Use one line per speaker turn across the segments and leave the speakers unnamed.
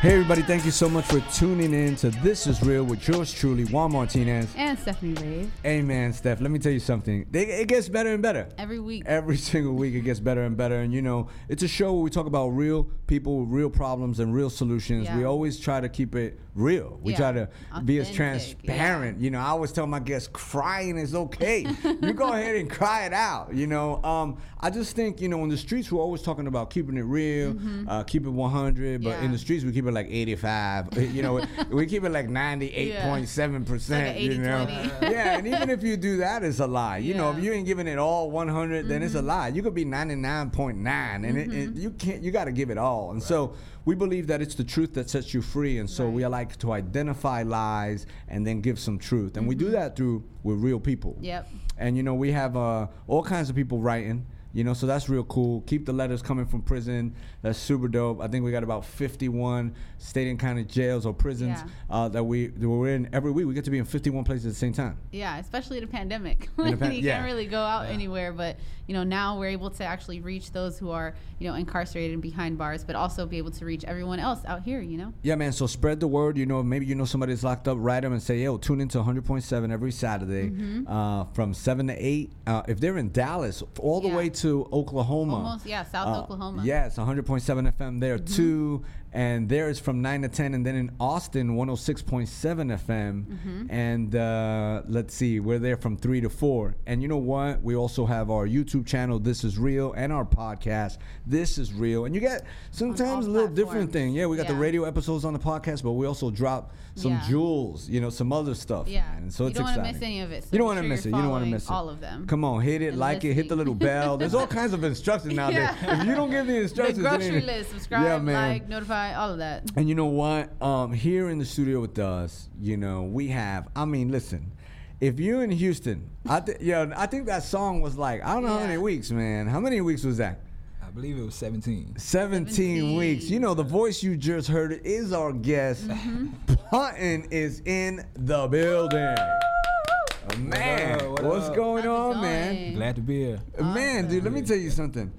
Hey, everybody, thank you so much for tuning in to This Is Real with yours truly, Juan Martinez.
And Stephanie Rave.
Hey, man, Steph, let me tell you something. They, it gets better and better.
Every week.
Every single week, it gets better and better. And, you know, it's a show where we talk about real people, real problems, and real solutions.
Yeah.
We always try to keep it real. We
Yeah.
try to be as
Authentic,
transparent. You know, I always tell my guests, crying is okay. you go ahead and cry it out. You know, um, I just think, you know, in the streets, we're always talking about keeping it real, uh, keep it 100, but in
Mm-hmm. Yeah.
the streets we keep it like 85 you know we keep it like 98.7%
Like a
you know
80-20.
yeah and even if you do that it's a lie you know if
Yeah.
you ain't giving it all 100 then
Mm-hmm.
it's a lie you could be 99.9 and it, it, you can't you got to give it all and so we believe that it's the truth that sets you free and so we
Right.
like to identify lies and then give some truth and we
Mm-hmm.
do that through with real people
Yep.
and you know we have uh, all kinds of people writing you know so that's real cool keep the letters coming from prison that's super dope i think we got about 51 state and county jails or prisons
Yeah.
uh, that we that we're in every week we get to be in 51 places at the same time
Yeah, especially in a pandemic.
a
Like,
pan-
you
yeah.
can't really go out anywhere, but you know, now we're able to actually reach those who are, you know, incarcerated and behind bars, but also be able to reach everyone else out here, you know?
Yeah, man. So spread the word. You know, maybe you know somebody's locked up. Write them and say, "Yo, tune into 100.7 every Saturday
Mm-hmm.
uh, from seven to eight. Uh, if they're in Dallas, all the
Yeah.
way to Oklahoma.
Almost, yeah, South
Uh,
Oklahoma. Mm-hmm.
Yes, 100.7 FM there too, and there is from nine to ten, and then in Austin, 106.7 FM,
Mm-hmm.
and uh, let's see, we're there from three to four. And you know what? We also have our YouTube channel, This Is Real, and our podcast, This Is Real. And you get sometimes a little different
platforms.
thing. Yeah, we got the
Yeah.
radio episodes on the podcast, but we also drop some
Yeah.
jewels, you know, some other stuff.
Yeah.
man. And so
You
it's
don't wanna
exciting.
miss any of it, so
you don't
make
want to
sure
miss it.
you're
You don't want to
following
miss it.
all of them.
Come on, hit it,
And
like it, hit the
listening.
little bell. There's all kinds of instructions nowadays.
Yeah.
If you don't give the
The
instructions, it
grocery
ain't-
list, subscribe,
Yeah, man.
like, notify, all of that.
And you know what? Um, here in the studio with us, you know, we have. I mean, listen. If you're in Houston, I th- yeah, I think that song was like I don't know how
Yeah.
many weeks, man. How many weeks was that?
I believe it was 17.
17, weeks. You know, the voice you just heard is our guest.
Mm-hmm.
Puntin is in the building. Man,
up? What
what's
up?
going
How's it
on, man?
going?
Glad to be here.
Man, dude, let me tell you something.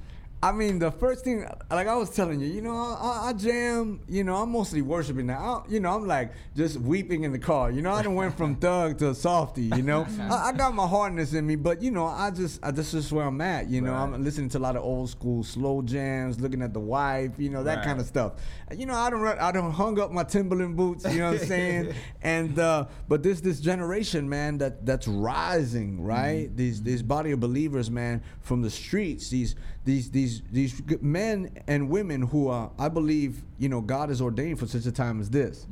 I mean, the first thing, like I was telling you, you know, I, I- I jam, you know, I'm mostly worshiping now. I, you know, I'm like just weeping in the car. You know, I done went from thug to softy, you know. I, I got my hardness in me, but, you know, I just, I, this is where I'm at, you know. I'm
Right.
listening to a lot of old school slow jams, looking at the wife, you know, that
Right.
kind of stuff. You know, I don't, I don't hung up my Timberland boots, you know what I'm saying? and uh, but this this generation, man, that that's rising, right? These these body of believers, man, from the streets. These these these these g- men and women who are, I believe, you know, God has ordained for such a time as this,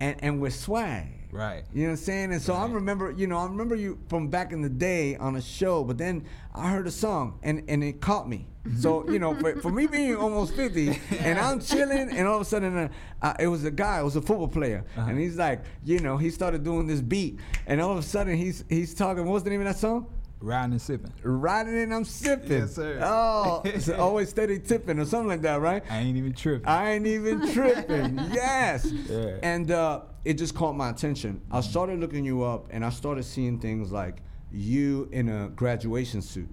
and and with swag.
Right.
You know what I'm saying? And so I
Right.
remember, you know, I remember you from back in the day on a show, but then I heard a song and, and it caught me. So, you know, for, for me being almost 50 and I'm chilling and all of a sudden uh, uh, it was a guy, it was a football player.
Uh-huh.
And he's like, you know, he started doing this beat and all of a sudden he's he's talking, what's the name of that song?
Riding and sipping.
Riding and I'm sipping.
Yes, sir.
Oh, it's always steady tipping or something like that, right?
I ain't even tripping.
I ain't even tripping. yes.
Yeah.
And uh, it just caught my attention. I started looking you up, and I started seeing things like you in a graduation suit,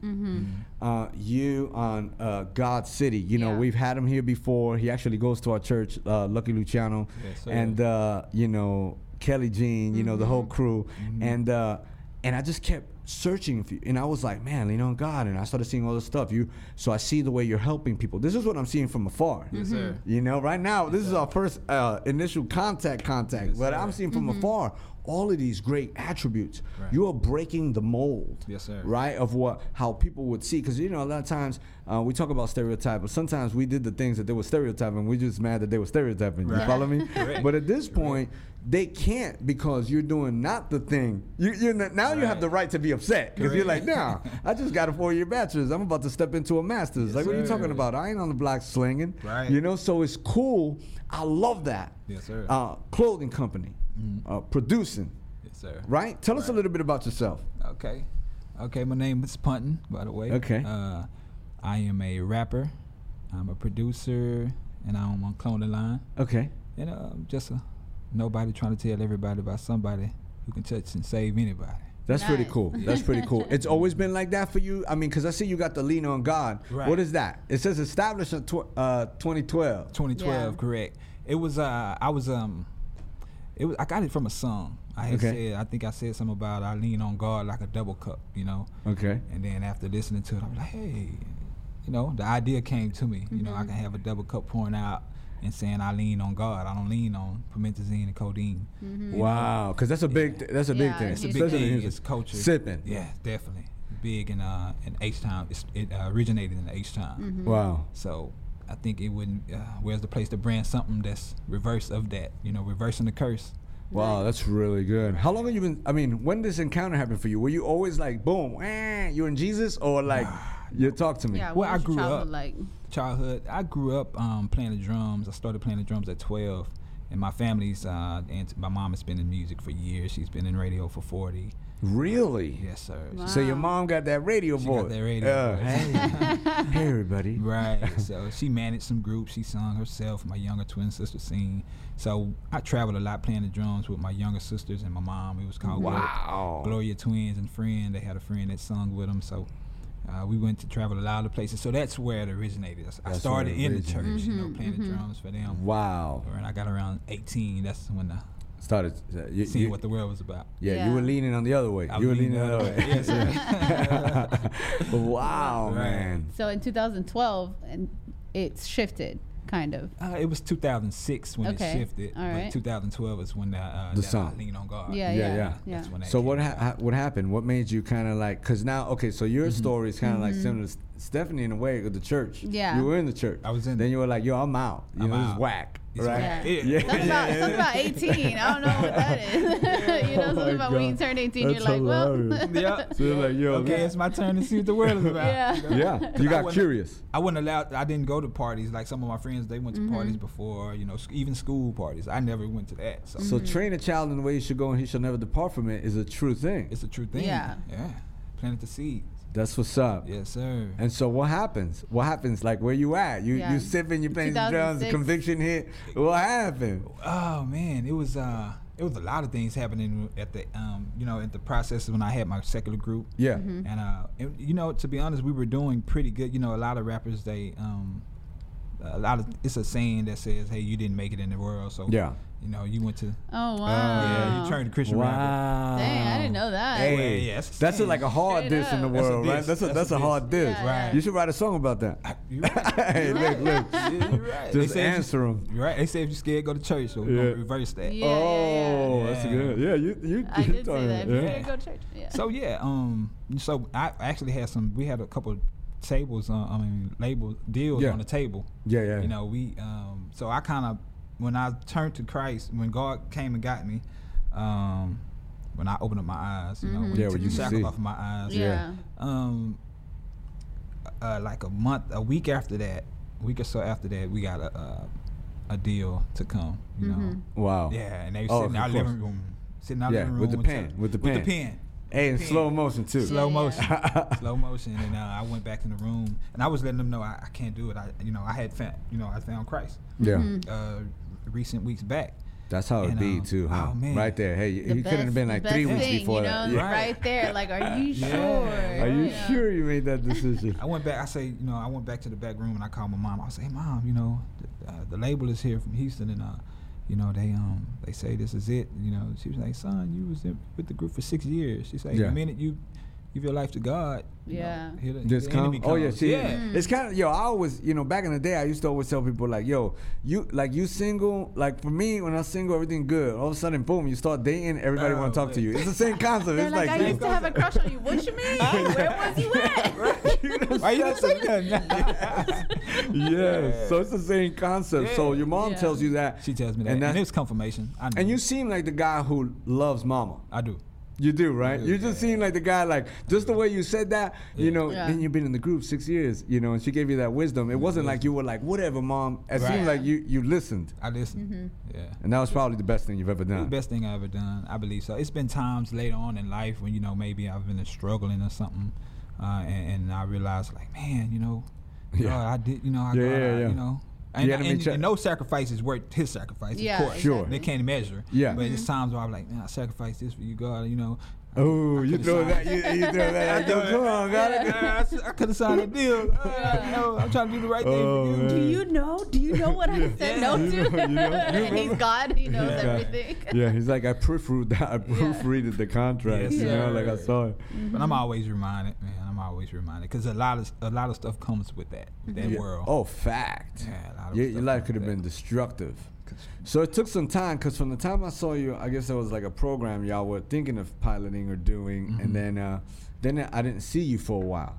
uh, you on uh, God City. You know,
Yeah.
we've had him here before. He actually goes to our church, uh, Lucky Luciano,
Yes, sir.
and uh, you know Kelly Jean. You know the
Mm-hmm.
whole crew, and. Uh, and I just kept searching for you, and I was like, "Man, lean on God." And I started seeing all this stuff. You, so I see the way you're helping people. This is what I'm seeing from afar. Mm-hmm.
yes, sir.
You know, right now this is our first uh, initial contact contact,
Yes,
but
sir. Mm-hmm.
I'm seeing from afar all of these great attributes.
Right.
You are breaking the mold,
Yes, sir.
right? Of what how people would see, because you know a lot of times uh, we talk about stereotype, but sometimes we did the things that they were stereotyping. We're just mad that they were stereotyping. You
Right.
follow me?
Correct.
But at this point. They can't because you're doing not the thing. You, you're not, now you have
Right.
the right to be upset because you're like,
Correct.
nah, I just got a four-year bachelor's. I'm about to step into a master's.
Yes,
like, what are you
sir.
talking about? I ain't on the block slinging.
Right.
You know. You know, so it's cool. I love that.
Yes, sir.
Uh, clothing company, uh, producing,
Yes, sir.
right? Tell us a
Right.
little bit about yourself.
Okay. Okay, my name is Punton, by the way.
Okay.
Uh, I am a rapper, I'm a producer, and I'm on Cloning Line.
Okay.
And uh, I'm just a, nobody trying to tell everybody about somebody who can touch and save anybody.
That's pretty
Nice.
cool. That's pretty cool. It's always been like that for you. I mean, because I see you got the lean on God.
Right.
What is that? It says established in tw- uh, 2012.
2012,
Yeah.
correct. It was uh I was um it was I got it from a song. I had
Okay.
said I think I said something about I lean on God like a double cup, you know.
Okay.
And then after listening to it, I was like, hey, you know, the idea came to me. You know, I can have a double cup pouring out and saying I lean on God. I don't lean on promethazine and codeine.
Mm-hmm. Wow, because that's a big th- that's a
Mm-hmm. Yeah,
big thing.
it's
It's a big
especially in
thing.
Houston.
It's culture.
Sipping.
Yeah, definitely big in uh in H town. It's- It uh, originated in H town.
Mm-hmm.
Mm-hmm.
Wow.
So I think it wouldn't. Uh, where's the place to brand something that's reverse of that? You know, reversing the curse.
Wow, that's really good. How long have you been? I mean, when this encounter happened for you? Were you always like, boom, eh, you're in Jesus, or like, you talk to me?
Yeah,
Well,
what
I
was your
grew
childhood
up.
like?
Childhood. I grew up um, playing the drums. I started playing the drums at 12. And my family's, uh, and my mom has been in music for years. She's been in radio for 40.
Really?
Yes, sir.
Wow.
So your mom got that radio
She
voice.
got that radio
Yeah.
voice.
hey, hey, everybody.
Right. so she managed some groups. She sung herself. My younger twin sister sing. So I traveled a lot playing the drums with my younger sisters and my mom. It was called Glo-
Wow.
Gloria Twins and Friend. They had a friend that sung with them. So uh, we went to travel a lot of places. So that's where it originated. I s- I
That's
started
where it
in the church,
originated.
you
Mm-hmm,
know, playing the drums for them.
Wow.
And I got around 18. That's when I
Started. uh, you-
seen
you-
what the world was about.
yeah,
Yeah.
you were leaning on the other way.
I
you were
was
leaning
leaning
the other
the
way. wow,
Right.
man.
So in 2012, and it shifted, kind of.
Uh, it was 2006 when
Okay.
it shifted.
All
but
right.
2012 is when the, uh,
The
that I
song.
Lean on God.
Yeah,
Uh, Yeah,
yeah,
yeah.
yeah.
That's when that
So
came
what
out.
ha- ha- what happened? What made you kind of like? Cause now, okay, so
Mm-hmm.
your story is kind of like similar to Stephanie in a way with the church.
Mm-hmm. Yeah.
you were in the church.
I was in
Then
it.
you were like, yo, I'm out. You
I'm
know, it's
out.
whack,
It's
right?
whack.
Yeah.
Yeah.
Something about, something about 18. I don't know what that is. you know,
Oh
something
my
about when you
God.
turn 18,
That's
you're like, well,
hilarious.
yeah.
So you're like, yo,
okay, it's my turn to see what the world is about.
yeah. Mm-hmm.
yeah. You
I
got
wasn't-
curious.
I wasn't allowed. I didn't go to parties like some of my friends. They went to parties before, you know, sc- even school parties. I never went to that. So
So train a child in the way he should go, and he shall never depart from it. Is a true thing.
it's a true thing.
Yeah.
Yeah. Planted the seeds.
That's what's up.
Yes, sir.
And so what happens? What happens? Like where you at? You
Yeah.
you sipping, you playing some drums, the
2006.
conviction hit. What happened?
Oh man, it was uh, it was a lot of things happening at the um, you know, at the process when I had my secular group.
Yeah.
Mm-hmm.
And uh, and, you know, to be honest, we were doing pretty good. You know, a lot of rappers they um, a lot of it's a saying that says, "Hey, you didn't make it in the world," so
Yeah.
you know, you went to
oh, wow.
yeah, you turned to Christian rapper.
Wow.
Dang, I didn't know that.
Hey,
Yeah, yeah, that's a
that's a,
thing.
like a hard
Straight
diss in the
up.
That's a
world, right?
diss.
That's a that's,
That's
a,
a
hard
diss.
diss.
Yeah,
yeah.
You should write a song about that.
You right.
hey, look, look.
Yeah, you right.
Just
said if you-
answer 'em.
you right. They say if you're scared, go to church. So we're
Yeah.
gonna reverse that.
Yeah, yeah, yeah.
oh, that's
Yeah.
good. Yeah, you you.
I
you
did say
talking-
that. If you
yeah.
could go to church. Yeah.
So yeah, um, so I actually had some. We had a couple tables. Uh, I mean, label deals
Yeah.
on the table.
Yeah, yeah.
You know, we. Um, so I kind of when I turned to Christ, when God came and got me, um, when I opened up my eyes, you know, when
Yeah,
He
when
took
you
the
could
shackles
see.
off of my eyes,
Mm-hmm. yeah.
um, uh, like a month, a week after that, a week or so after that, we got a a, a deal to come. You know.
Wow.
Yeah, and they
Oh,
sit
of
in our
course.
living room, sitting in our
Yeah,
living room
with the
each
pen,
other.
with the
with
pen.
the pen,
Hey, in
Pen.
slow motion too.
slow
yeah.
motion, slow motion, and uh, I went back in the room, and I was letting them know I, I can't do it. I, you know, I had found, you know, I found Christ,
Yeah.
Mm-hmm.
uh, recent weeks back.
That's how it
And,
be
um,
too, huh?
oh, man.
Right there. Hey,
The
you couldn't have
best-
been
the
like
best
three weeks
thing,
before
you
that.
know,
Yeah.
Right.
Right there. Like, are you
Yeah.
sure?
Are you
Yeah.
sure you made that decision?
I went back. I say, you know, I went back to the back room and I called my mom. I said, hey, mom, you know, the, uh, the label is here from Houston, and uh, you know, they um, they say this is it. You know, she was like, son, you was in, with the group for six years. She said,
Yeah.
the minute you give your life to God, you know,
Yeah.
here the- here
Just
the
come.
enemy
Oh yeah,
comes.
see,
yeah.
it's kind of yo. I always, you know, back in the day, I used to always tell people like, yo, you like you single. Like for me, when I was single, everything good. All of a sudden, boom, you start dating. Everybody
Oh,
want to talk to you.
man.
It's the same concept.
They're
it's
like,
like,
I used to have a crush on you. What you mean? Where was you at?
Why you not saying nothing?
yeah. So it's the same concept. So
Yeah.
your mom
Yeah.
tells you that.
She tells me that,
And
and,
that-
it was confirmation. I know.
And you seem like the guy who loves mama.
I do.
You do, right?
do,
You just seem like the guy, like just the way you said that, you know.
Yeah.
And you've been in the group six years, you know. And she gave you that wisdom. It wasn't like you were like, whatever, mom. It seemed
Right.
like you you listened,
I listen. Yeah.
and that was probably the best thing you've ever
The
done.
best thing I ever done, I believe so. It's been times later on in life when you know maybe I've been struggling or something, uh, and, and I realized like, man, you know,
Yeah.
God, I did, you know,
Yeah,
I, God,
yeah,
I-
yeah.
you know, and,
enemy
and,
check-
and no sacrifice is worth His sacrifice,
Yeah,
of course.
Sure.
They
exactly.
can't measure.
Yeah.
But it's times where I'm like, man, I sacrificed this for you, God. You know,
Oh, you
could've
throwing that?
signed-
You, you throwing that? Yo, come on, got it.
Yeah, I, could have signed a deal. Uh, you know, I'm trying to do the right
Oh,
thing for you.
man.
Do you know? Do you know what I said no
You
to?
know- you know- you
He's
remember?
God. He knows
Yeah.
everything.
Yeah, he's like I proofread. I proofreaded the contract.
Yes,
you know, like I
sir.
saw it.
But I'm always reminded, man. I'm always reminded because a lot of a lot of stuff comes with that with that
Yeah.
world.
Oh, fact.
Yeah, a lot of
your,
stuff
your life
comes
could have
with
been destructive.
that.
So it took some time because from the time I saw you, I guess there was like a program y'all were thinking of piloting or doing, and then uh, then I didn't see you for a while.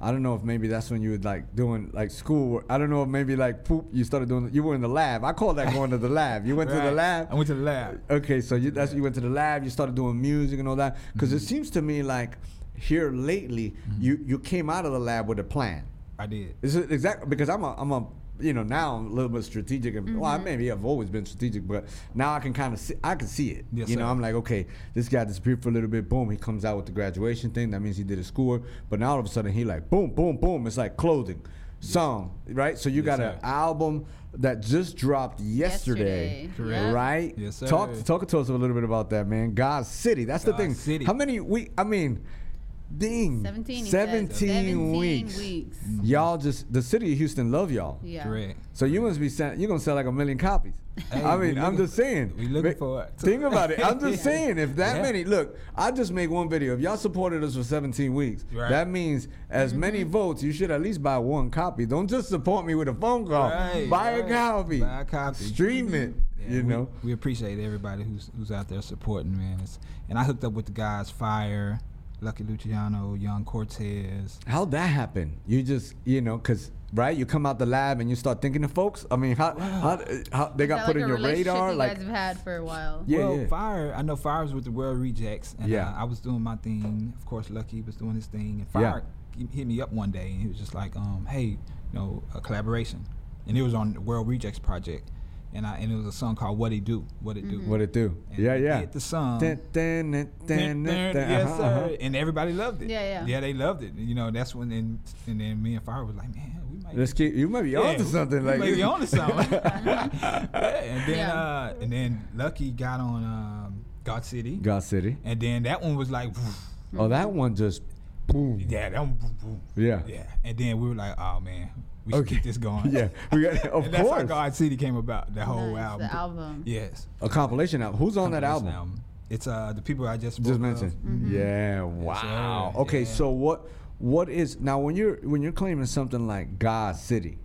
I don't know if maybe that's when you were like doing like school. work. I don't know if maybe like poop you started doing. You were in the lab. I call that going to the lab. You went to the
Right.
lab.
I went to the lab.
Okay, so you, that's you went to the lab, you started doing music and all that. Because it seems to me like here lately, you you came out of the lab with a plan.
I did.
Is it exactly because I'm a I'm a you know now I'm a little bit strategic. And, Well, I
Mm-hmm.
maybe I've always been strategic, but now I can kind of see I can see it.
Yes,
you know,
sir.
I'm like okay, this guy disappeared for a little bit. Boom, he comes out with the graduation thing. That means he did his schoolwork. But now all of a sudden he like boom, boom, boom. It's like clothing. Song, right? So you got
sir.
an album that just dropped yesterday,
Yesterday, Correct. yeah.
right?
Yes, sir.
Talk talk to us a little bit about that, man. God City. That's the
God
thing.
City.
How many we? I mean, ding.
17, he said.
17 weeks.
weeks.
Y'all just the city of Houston love y'all.
Yeah.
Correct.
So you must be sell, you're gonna sell like a million copies.
Hey,
I
we
mean, I'm
looking-
just saying.
we looking
Ma-
for it.
Think about it. I'm just saying, if that
Yeah.
many, look, I just make one video. If y'all supported us for 17 weeks,
Right.
that means as
Mm-hmm.
many votes, you should at least buy one copy. Don't just support me with a phone call.
Right,
buy a
right.
copy.
Buy a copy. Mm-hmm.
Stream it.
Yeah,
you
we-
know.
we appreciate everybody who's who's out there supporting, man. It's, and I hooked up with the guys, Fire, Lucky Luciano, Young Cortez.
How'd that happen? You just, you know, cause right, you come out the lab and you start thinking of folks. I mean, how, how, how they
Is
got
that
put in
like a
your
relationship
radar?
You
Like,
guys have had for a while.
Yeah,
well,
yeah.
Fire, I know Fire was with the World Rejects, and
Yeah.
uh, I was doing my thing. Of course, Lucky was doing his thing, and
Yeah.
Fire he hit me up one day, and he was just like, um, "Hey, you know, a collaboration," and it was on the World Rejects project, and I and it was a song called "What It Do," "What It Do,"
what it do?
Mm. And
Yeah,
he
yeah.
hit the song.
Dun, dun, dun, dun, dun, dun.
yes,
Uh-huh,
sir.
uh-huh.
And everybody loved it.
Yeah, yeah.
Yeah, they loved it. You know, that's when and, and then me and Fire was like, man, we might
Let's keep. You might be
yeah,
onto something.
we
Like
might be onto something. yeah, and then
Yeah.
uh, and then Lucky got on um, God City,
God City.
and then that one was like,
Oh, that one just boom.
Mm-hmm. yeah, that one, boom, boom.
Yeah.
yeah. And then we were like, oh man, we should keep this going.
Yeah, we got of
and that's how
course
God City came about. The whole
Nice,
album.
The album.
Yes.
a compilation album. Who's on that
Compilation
album?
It's uh the people I just spoke
Just
of.
mentioned. Yeah. Wow.
sir.
okay.
Yeah.
So what? What is now when you're when you're claiming something like God City,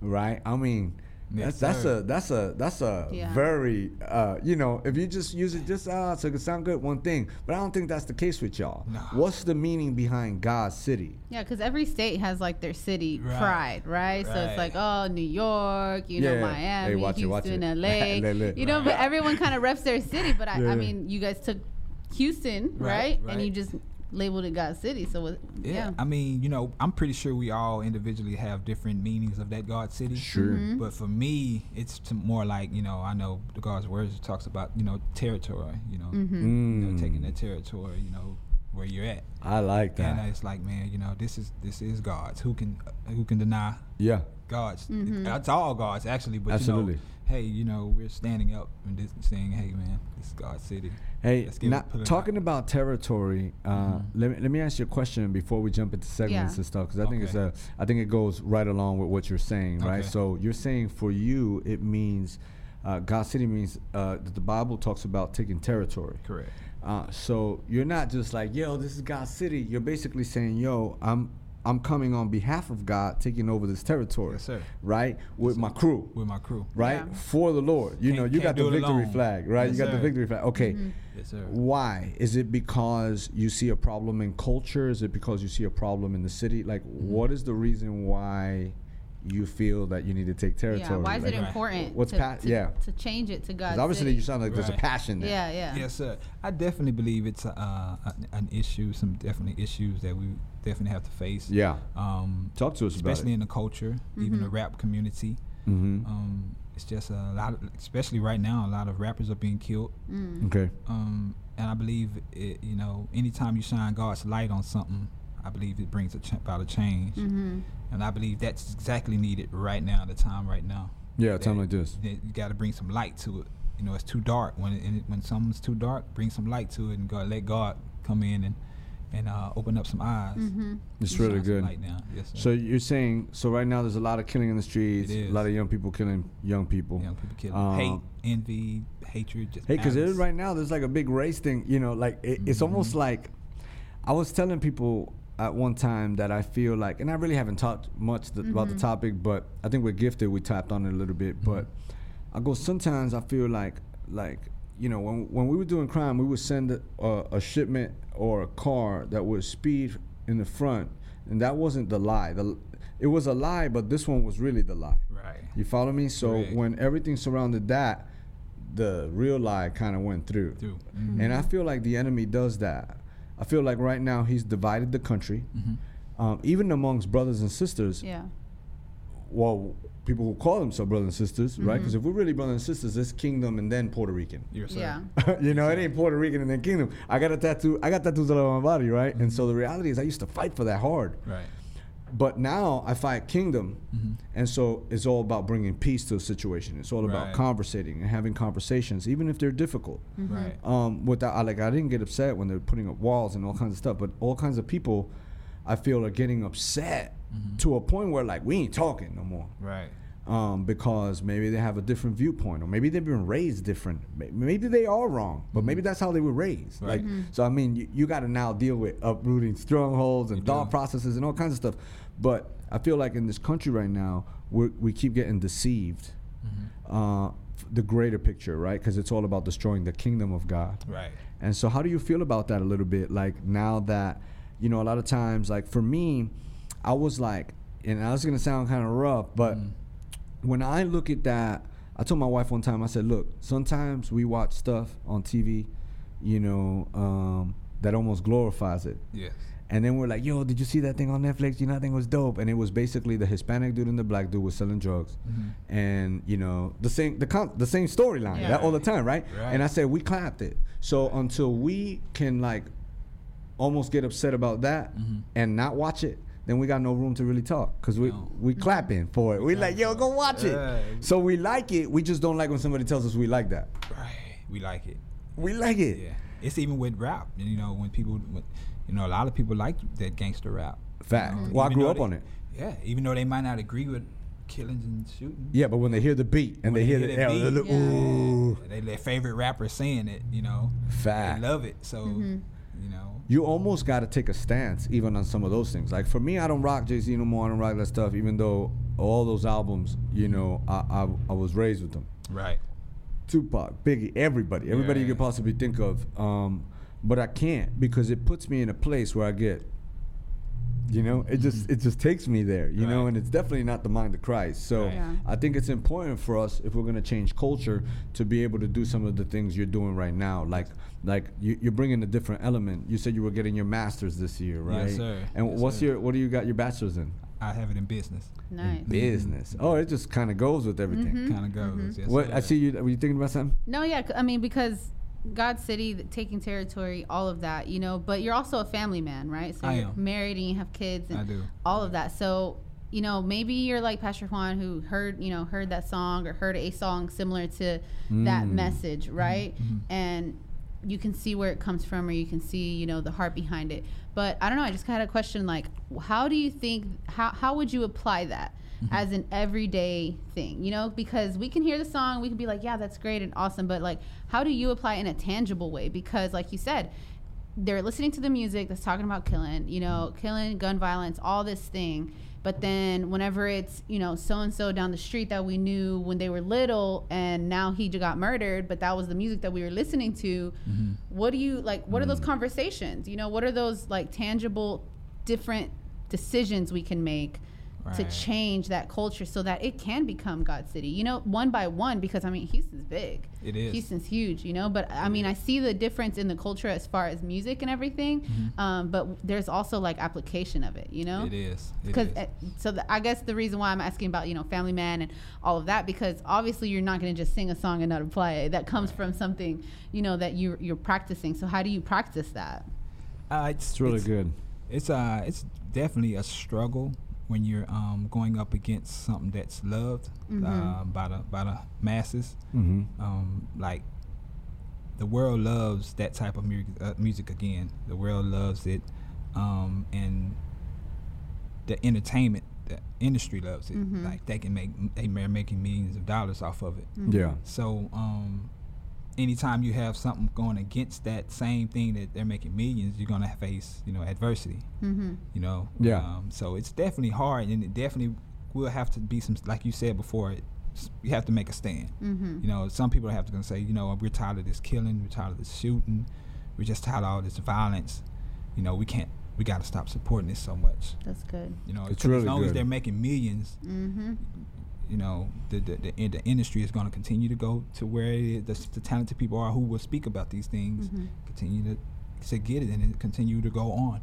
right? I mean.
Mm-hmm. Yes,
that's that's
sir.
a that's a that's a
Yeah.
very uh, you know if you just use it just uh, so it can sound good one thing but I don't think that's the case with y'all.
No.
What's the meaning behind God City?
Yeah, because every state has like their city
Right.
pride, right? So it's
Right.
like, oh, New York, you
Yeah.
know, Miami,
Hey, watch it,
Houston,
watch it.
LA,
Let it-
you know, but everyone kind of reps their city. But I,
Yeah.
I mean, you guys took Houston,
Right,
right?
right.
And you just labeled it God City. So what,
Yeah.
yeah,
I mean, you know, I'm pretty sure we all individually have different meanings of that God city.
Sure. Mhm.
But for me, it's to more like, you know, I know the God's words talks about, you know, territory, you know,
Mm-hmm.
you know taking that territory, you know, where you're at.
Mm, I like that.
And it's like, man, you know, this is this is God's. Who can who can deny
yeah.
God's? It's all God's actually, but
Absolutely.
you know, hey, you know, we're standing up and this saying, hey man, this is God's city.
Hey,
Let's give it-
not,
put Mm-hmm. it out.
talking about territory, uh, let, me, let me ask you a question before we jump into segments
Yeah.
and stuff, because I think it's
Okay.
a, I think it goes right along with what you're saying, right?
Okay.
So you're saying for you, it means, uh, God City means uh, that the Bible talks about taking territory.
Correct.
Uh, so you're not just like, yo, this is God City. You're basically saying, yo, I'm, I'm coming on behalf of God, taking over this territory,
Yes, sir.
right, with my crew,
With my crew.
right,
Yeah.
for the Lord. You
Can't-
know, you
can't
got the
do it
victory
alone.
flag, right? you
Yes,
got the
sir.
victory flag. Okay.
Mm-hmm.
Yes, sir.
Why is it because you see a problem in culture? Is it because you see a problem in the city? Like,
Mm-hmm.
what is the reason why you feel that you need to take territory?
yeah. Why is
Like,
it
Right.
important?
What's
to,
pa-
to-
yeah.
to change it to
'cause
God?
obviously,
City?
you sound like there's a
Right.
passion there.
Yeah, yeah,
Yes, sir. I definitely believe it's a, uh, an, an issue, some definitely issues that we definitely have to face.
Yeah.
Um,
Talk to us
especially
about
in the culture, even the rap community.
it. Mm-hmm.
Um, it's just a lot, of, especially right now, a lot of rappers are being killed.
Mm-hmm.
Okay.
Um, and I believe, it, you know, anytime you shine God's light on something, I believe it brings a ch- about a change. And I believe that's exactly needed right now, the time right now.
Yeah, a time
that-
like this.
that You got to bring some light to it. You know, it's too dark. When it, when something's too dark, bring some light to it and God, let God come in and and uh, open up some eyes.
hmm
It's
Shine
really
some
good.
light down. Yes, sir.
So you're saying so right now there's a lot of killing in the streets,
It
a
is.
lot of young people killing young people.
Young people killing
Um,
hate, envy, hatred. Just
Hey, because
malice.
right now there's like a big race thing. You know, like it, it's almost like I was telling people at one time that I feel like, and I really haven't talked much th- about the topic, but I think we're gifted. We tapped on it a little bit, but I go sometimes I feel like like you know when when we were doing crime, we would send a, a shipment or a car that would speed in the front, and that wasn't the lie. The l- it was a lie, but this one was really the lie.
Right.
You follow me? So
Correct.
when everything surrounded that, the real lie kind of went through.
Through.
And I feel like the enemy does that. I feel like right now he's divided the country, um, even amongst brothers and sisters.
Yeah.
Well, people who call themselves brothers and sisters, right? Because if we're really brothers and sisters, it's kingdom and then Puerto Rican.
Yes, sir.
Yeah.
you know, it ain't Puerto Rican and then kingdom. I got a tattoo. I got tattoos all over my body, right? And so the reality is, I used to fight for that hard.
Right.
But now I fight kingdom, and so it's all about bringing peace to a situation. It's all about
Right.
conversating and having conversations, even if they're difficult.
Right.
Um, without I- like I didn't get upset when they're putting up walls and all kinds of stuff, but all kinds of people, I feel are getting upset to a point where like we ain't talking no more
Right.
um, because maybe they have a different viewpoint, or maybe they've been raised different. May- Maybe they are wrong, but maybe that's how they were raised.
Mm-hmm. Right.
Like, so I mean, you, you got to now deal with uprooting strongholds and
You
thought
do.
processes and all kinds of stuff. But I feel like in this country right now, we're, we keep getting deceived.
Mm-hmm.
Uh, f- the greater picture, right? Because it's all about destroying the kingdom of God.
Right.
And so, how do you feel about that a little bit? Like now that you know, a lot of times, like for me, I was like, and I was gonna sound kind of rough, but when I look at that, I told my wife one time, I said, look, sometimes we watch stuff on TV, you know, um, that almost glorifies it.
Yes.
And then we're like, yo, did you see that thing on Netflix? You know, that thing was dope. And it was basically the Hispanic dude and the black dude was selling drugs. And, you know, the same the con- the same storyline
Yeah.
that all the time, right?
Right.
And I said, we clapped it. So until we can, like, almost get upset about that and not watch it, then we got no room to really talk because we,
No.
we clapping for it. We like, yo, go watch
Yeah.
it. So we like it. We just don't like when somebody tells us we like that.
Right. We like it.
We like it.
Yeah. It's even with rap. You know, when people, when, you know, a lot of people like that gangster rap.
Fact.
You know,
Well, I
even
grew
though
up
they-
on it.
Yeah. Even though they might not agree with killings and shooting.
Yeah, but when they hear the beat and
When
they hear the,
that
yeah, the-
beat,
ooh.
They, their favorite rapper saying it, you know.
Fact.
They love it. So, you know.
you almost got to take a stance even on some of those things. Like for me, I don't rock Jay Z no more. I don't rock that stuff, even though all those albums, you know, I I, I was raised with them.
Right.
Tupac, Biggie, everybody, everybody you
Yeah.
could possibly think of. Um, but I can't because it puts me in a place where I get, you know, it just it just takes me there, you know,
Right.
and it's definitely not the mind of Christ. So
Right.
Yeah.
I think it's important for us if we're gonna change culture to be able to do some of the things you're doing right now, like like you, you're bringing a different element. You said you were getting your master's this year, right?
sir.
And
Yes,
what's
sir.
your what do you got your bachelor's in?
I have it in business.
Nice.
Business. Oh, it just kind of goes with everything.
Kind of goes. Mm-hmm. Yes,
What
sir.
I see you. Were you thinking about something?
No, yeah, c- I mean because God City th- taking territory, all of that, you know. But you're also a family man, right? So
I
you're
am.
married and you have kids and
I do.
all of that. So you know, maybe you're like Pastor Juan, who heard you know heard that song or heard a song similar to that message, right? And you can see where it comes from, or you can see you know the heart behind it. But I don't know. I just had a question like, how do you think? How how would you apply that? as an everyday thing, you know, because we can hear the song, we can be like, yeah, that's great and awesome, but like, how do you apply it in a tangible way? Because, like you said, they're listening to the music that's talking about killing, you know, killing, gun violence, all this thing. But then, whenever it's, you know, so and so down the street that we knew when they were little and now he j- got murdered, but that was the music that we were listening to,
Mm-hmm.
what do you like? What are those conversations? You know, what are those like tangible, different decisions we can make to
Right.
change? change that culture so that it can become God City, you know, one by one, because I mean, Houston's big.
It is.
Houston's huge, you know, but I mean, I see the difference in the culture as far as music and everything, um, but there's also like application of it, you know?
Mm-hmm. It is. It
Because
is.
so the, I guess the reason why I'm asking about you know Family Man and all of that because obviously you're not going to just sing a song and not apply it. That comes from something you know that you you're practicing. So how do you practice that?
Uh, it's,
Ah, It's really good.
It's uh, it's definitely a struggle when you're um, going up against something that's loved uh, by the by the masses.
Mm-hmm.
Um, like the world loves that type of music, uh, music again. The world loves it, um, and the entertainment the industry loves it.
Mhm.
Like they can make they are making millions of dollars off of it.
Yeah.
So um, anytime you have something going against that same thing that they're making millions, you're gonna face you know adversity.
Mm-hmm.
You know.
Yeah.
Um, so it's definitely hard, and it definitely will have to be some like you said before. It, you have to make a stand.
Mm-hmm.
You know, some people have to gonna say, you know, we're tired of this killing, we're tired of this shooting, we're just tired of all this violence. You know, we can't, we got to stop supporting this so much.
That's good.
You know,
It's
'cause
really
as long as
good.
they're making millions,
Mm-hmm.
you know, the the, the, in- the industry is going to continue to go to where it is, the, the talented people are who will speak about these things,
Mhm.
continue to to get it, and it continue to go on.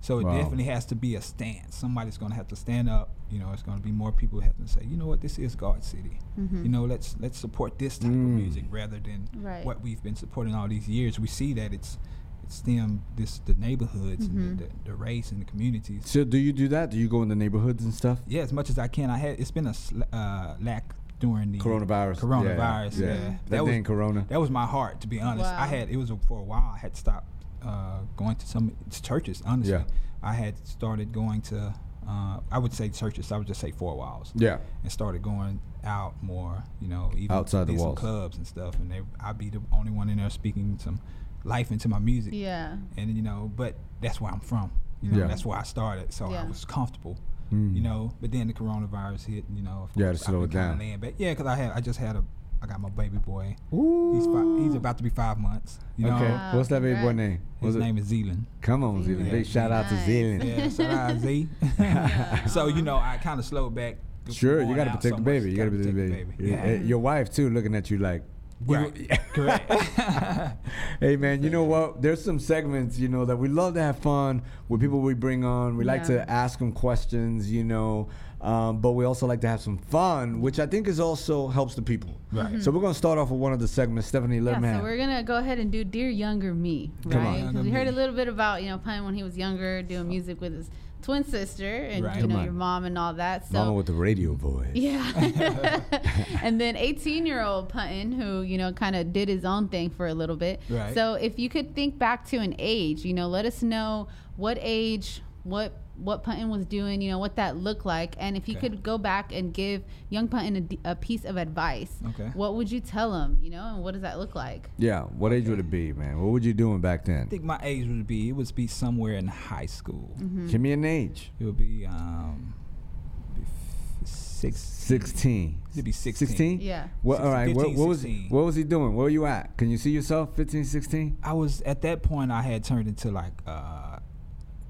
So it
Wow.
definitely has to be a stance. Somebody's going to have to stand up. You know, it's going to be more people have to say, you know what, this is God City
Mm-hmm.
you know let's let's support this type
Mm.
of music rather than
Right.
what we've been supporting all these years we see that it's it's them this the neighborhoods and
Mm-hmm.
the, the, the race and the communities
So do you do that? Do you go in the neighborhoods and stuff?
yeah as much as i can i had it's been a sl- uh, lack during the
Coronavirus.
coronavirus yeah,
That,
that was
dang corona.
that was my heart to be honest
Wow.
i had it was a, for a while i had stopped uh, going to some churches honestly
Yeah.
i had started going to uh, i would say churches i would just say four walls
yeah.
and started going out more, you know, even
Outside the
these
walls.
clubs and stuff. And they, I'd be the only one in there speaking some life into my music.
Yeah.
And, you know, but that's where I'm from. You know,
Yeah.
that's where I started. So
Yeah.
I was comfortable,
Mm.
you know, but then the coronavirus hit, you know. Of
You had
course,
to
I've
slow
been
it down.
kinda laying back. Yeah, because I, had- I just had a, I got my baby boy. He's,
Ooh.
fi- he's about to be five months. You know,
okay.
Wow,
What's that baby boy
congrats.
name?
his
What's it?
name is Zealand.
Come on, Zealand.
Zealand.
Big shout out to
Nice.
Zealand.
Yeah, shout out Z. so you know, I kind of slowed back.
Sure, you
going
gotta
out
protect
so
the
much.
baby. You gotta protect the baby. Yeah. Eh, Your wife too, looking at you like. you-
Right. Correct.
Hey man, you know what? There's some segments, you know, that we love to have fun with people we bring on. We like
Yeah.
to ask them questions, you know, um, but we also like to have some fun, which I think is also helps the people.
Right.
So we're gonna start off with one of the segments, Stephanie
Yeah,
Letman.
so we're gonna go ahead and do "Dear Younger Me,"
Come on.
right? 'Cause we
Younger
heard a
me.
little bit about you know playing when he was younger, doing music with his twin sister, and
Right.
you
Come
know
on.
your mom and all that. So
Mama with the radio voice.
Yeah. and then 18 year old Puttin, who, you know, kind of did his own thing for a little bit.
Right.
So if you could think back to an age, you know, let us know what age, what what Puttin was doing, you know, what that looked like. And if you
Okay.
could go back and give young Puttin a d- a, piece of advice,
Okay.
what would you tell him, you know, and what does that look like?
Yeah, What age would it be, man? What were you doing back then?
I think my age would be it would be somewhere in high school.
Mm-hmm.
Give me an age.
It would be um be f- six.
Sixteen.
It'd be 16.
Yeah.
What, all right. what,
15,
what was
16.
what was he doing? Where were you at? Can you see yourself? 15, 16?
I was at that point I had turned into like uh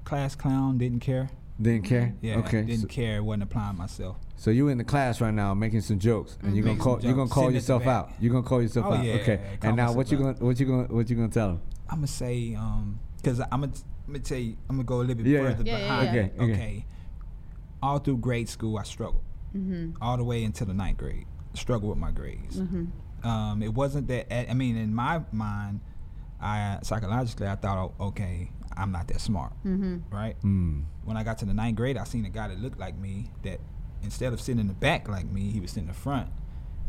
class clown, didn't care.
Didn't care.
Yeah,
Okay.
didn't
So,
care, wasn't applying myself.
so you in the class right now making some jokes, and you're gonna
Making
call
some
you're gonna
jokes,
call
sitting at the
yourself
back.
out. You're gonna call yourself
Oh,
out.
yeah,
okay.
call
And now what you gonna
myself
what you gonna what you gonna tell him?
I'm gonna say um because I'm gonna I'm gonna tell you I'm gonna go a little bit
Yeah, yeah.
further
Yeah, yeah,
behind.
yeah. Okay, okay.
All through grade school, I struggled.
Mm-hmm.
All the way until the ninth grade, struggled with my grades.
Mm-hmm.
Um, it wasn't that. I I mean, in my mind, I psychologically I thought, oh, okay, I'm not that smart, right?
Mm.
When I got to the ninth grade, I seen a guy that looked like me. That instead of sitting in the back like me, he was sitting in the front.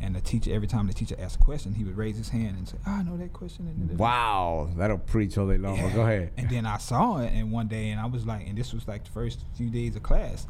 And the teacher, every time the teacher asked a question, he would raise his hand and say, "Ah, "I know that question." and- and-
Wow, that'll preach all day long. But go ahead.
and then I saw it, and one day, and I was like, and this was like the first few days of class.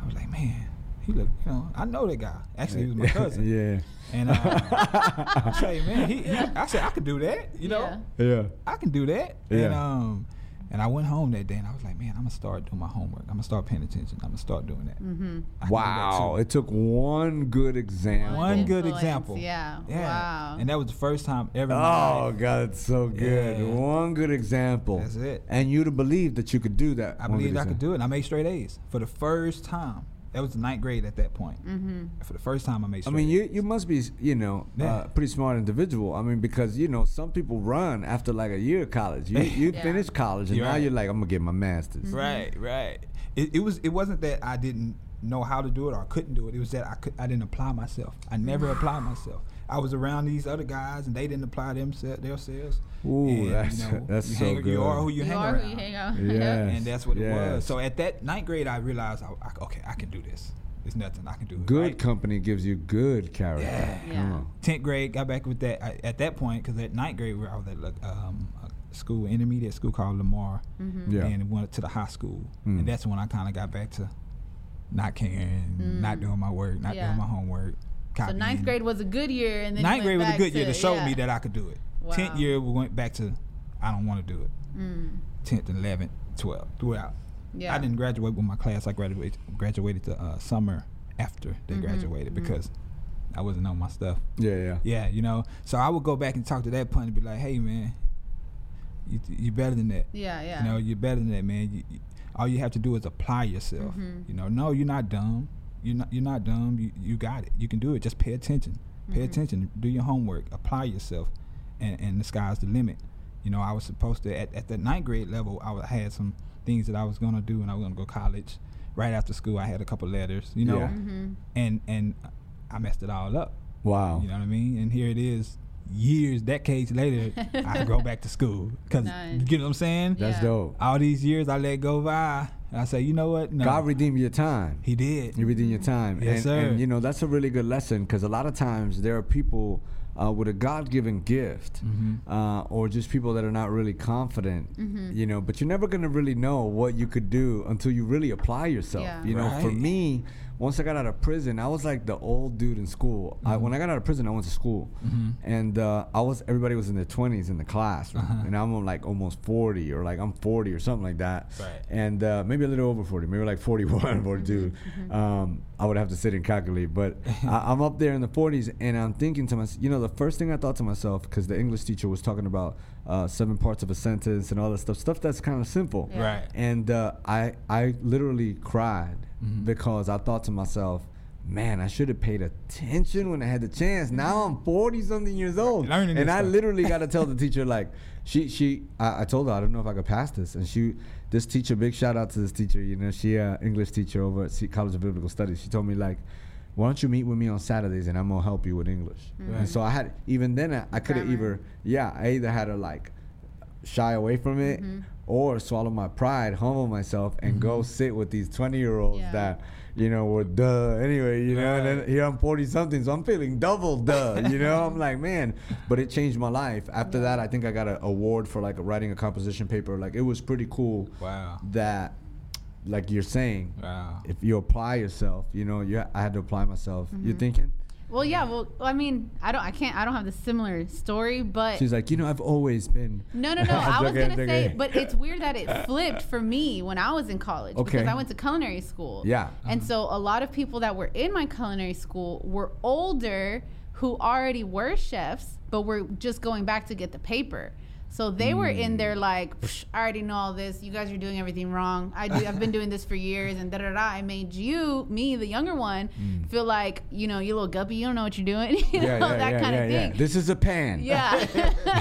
I was like, man, he look, you know, I know that guy. Actually, he was my cousin.
yeah.
And uh, I say, man, he, he- I said, I could do that. You know,
Yeah.
Yeah.
I can do that. And
Yeah.
um, and I went home that day, and I was like, man, I'm gonna start doing my homework. I'm gonna start paying attention. I'm gonna start doing that. Mm-hmm.
Wow. It took one good example.
One good
Influence,
example.
Yeah.
Yeah.
Wow.
And that was the first time ever. in my
Oh
life-
God, it's so good.
Yeah.
One good example.
That's it.
And you'd have believed that you could do that.
I
One
believed
good
I could
example.
do it. I made straight A's for the first time. That was the ninth grade at that point. Mm-hmm. For the first time, I made.
I
Straight
mean,
A's.
you you must be you know
Yeah.
uh, pretty smart individual. I mean, because you know some people run after like a year of college. You you
Yeah.
finish college and
You're
now
right. Mm-hmm.
you're like I'm gonna get my master's.
Right, right. It, it was. It wasn't that I didn't know how to do it or I couldn't do it. It was that I could. I didn't apply myself. I never
Mm-hmm.
applied myself. I was around these other guys and they didn't apply themselse, themselves.
Ooh,
and,
that's- that's
you
so
hang- You are
good.
who you,
you
hang
are
around.
who you hang out.
Yeah.
And that's what it
Yes.
was. So at that ninth grade, oh, I realized, I, I, okay, I can do this. It's nothing. I can do it.
Good
right?
company gives you good character.
Yeah.
Come
Yeah.
on.
tenth grade, got back with that I, at that point because at ninth grade we were out at like, um, a school intermediate school called Lamar,
Yeah.
and went to the high school,
Mm.
and that's when I kind of got back to not caring, not doing my work, not
Mm. Yeah.
doing my homework.
So
copying.
ninth grade was a good year, and then you
ninth grade
went
was a
back
good year
to
to show
yeah.
me that I could do it.
Wow.
Tenth year we went back to I don't want to do it.
Mm,
Tenth, eleventh, twelfth, throughout.
yeah.
I didn't graduate with my class. I graduated graduated the uh, summer after
Mm-hmm.
they graduated because I wasn't on my stuff.
Yeah, yeah.
Yeah, you know. So I would go back and talk to that punk and be like, "Hey, man, you you better than that.
Yeah, yeah.
You know, you're better than that, man. You, you, all you have to do is apply yourself.
Mm-hmm.
You know, no, you're not dumb. You're not you're not dumb. You you got it. You can do it. Just pay attention.
Mm-hmm.
Pay attention. Do your homework. Apply yourself, and and the sky's the limit. You know, I was supposed to at at the ninth grade level. I was, had some things that I was gonna do, and I was gonna go college. Right after school, I had a couple letters. You know,
Yeah.
Mm-hmm.
and and I messed it all up.
Wow.
You know what I mean? And here it is, years, decades later, I go back to school. Because,
Nice.
you get what I'm saying?
That's
Yeah.
dope.
All these years I let go by. And I say, you know what? No.
God redeem your time.
he did.
You're within your time.
Yes,
and,
sir.
and you know, that's a really good lesson because a lot of times there are people uh, with a God given gift
Mm-hmm.
uh, or just people that are not really confident, you know, but you're never going to really know what you could do until you really apply yourself.
Yeah.
You know, for
Right.
me, once I got out of prison, I was like the old dude in school.
Mm-hmm.
I, when I got out of prison, I went to school and uh, I was, everybody was in their 20s in the classroom
Uh-huh.
and I'm like almost 40 or like I'm 40 or something like that
Right.
and uh, maybe a little over 40, maybe like 41, 42. Um, I would have to sit and calculate, but I, I'm up there in the 40s, and I'm thinking to myself, you know, the first thing I thought to myself, because the English teacher was talking about uh, seven parts of a sentence and all that stuff, stuff that's kind of simple.
Yeah.
Right.
And uh, I, I literally cried
Mm-hmm.
because I thought to myself, Man, I should have paid attention when I had the chance. Now I'm 40 something years old.
Learning
and
this
I
stuff.
literally got to tell the teacher like she she I, I told her I don't know if I could pass this and she this teacher big shout out to this teacher you know she uh, English teacher over at C- College of Biblical Studies she told me like why don't you meet with me on Saturdays and I'm gonna help you with English
Mm-hmm.
and so I had even then I, I could have
Grammar.
either yeah I either had to like shy away from it or swallow my pride humble myself and go sit with these 20 year olds
Yeah.
that you know were duh anyway you know and then
Right.
here I'm 40 something so I'm feeling double duh you know I'm like man but it changed my life after that I think I got an award for like writing a composition paper like it was pretty cool
Wow.
that like you're saying
Wow.
if you apply yourself you know you I had to apply myself you're thinking
Well, yeah. Well, I mean, I don't. I can't. I don't have the similar story, but
she's like you know I've always been
No, no, no. I
I'm
was
joking,
gonna
I'm
say,
joking.
but it's weird that it flipped for me when I was in college
Okay.
because I went to culinary school.
Yeah.
And so a lot of people that were in my culinary school were older, who already were chefs, but were just going back to get the paper. So they were in
Hmm.
there like, Psh, I already know all this. You guys are doing everything wrong. I do. I've been doing this for years, and da da da. I made you, me, the younger one, feel like you know, you little guppy. You don't know what you're doing. You
Hmm. yeah,
know,
yeah,
that
yeah,
kind
yeah,
of
yeah.
thing.
This is a pan.
Yeah.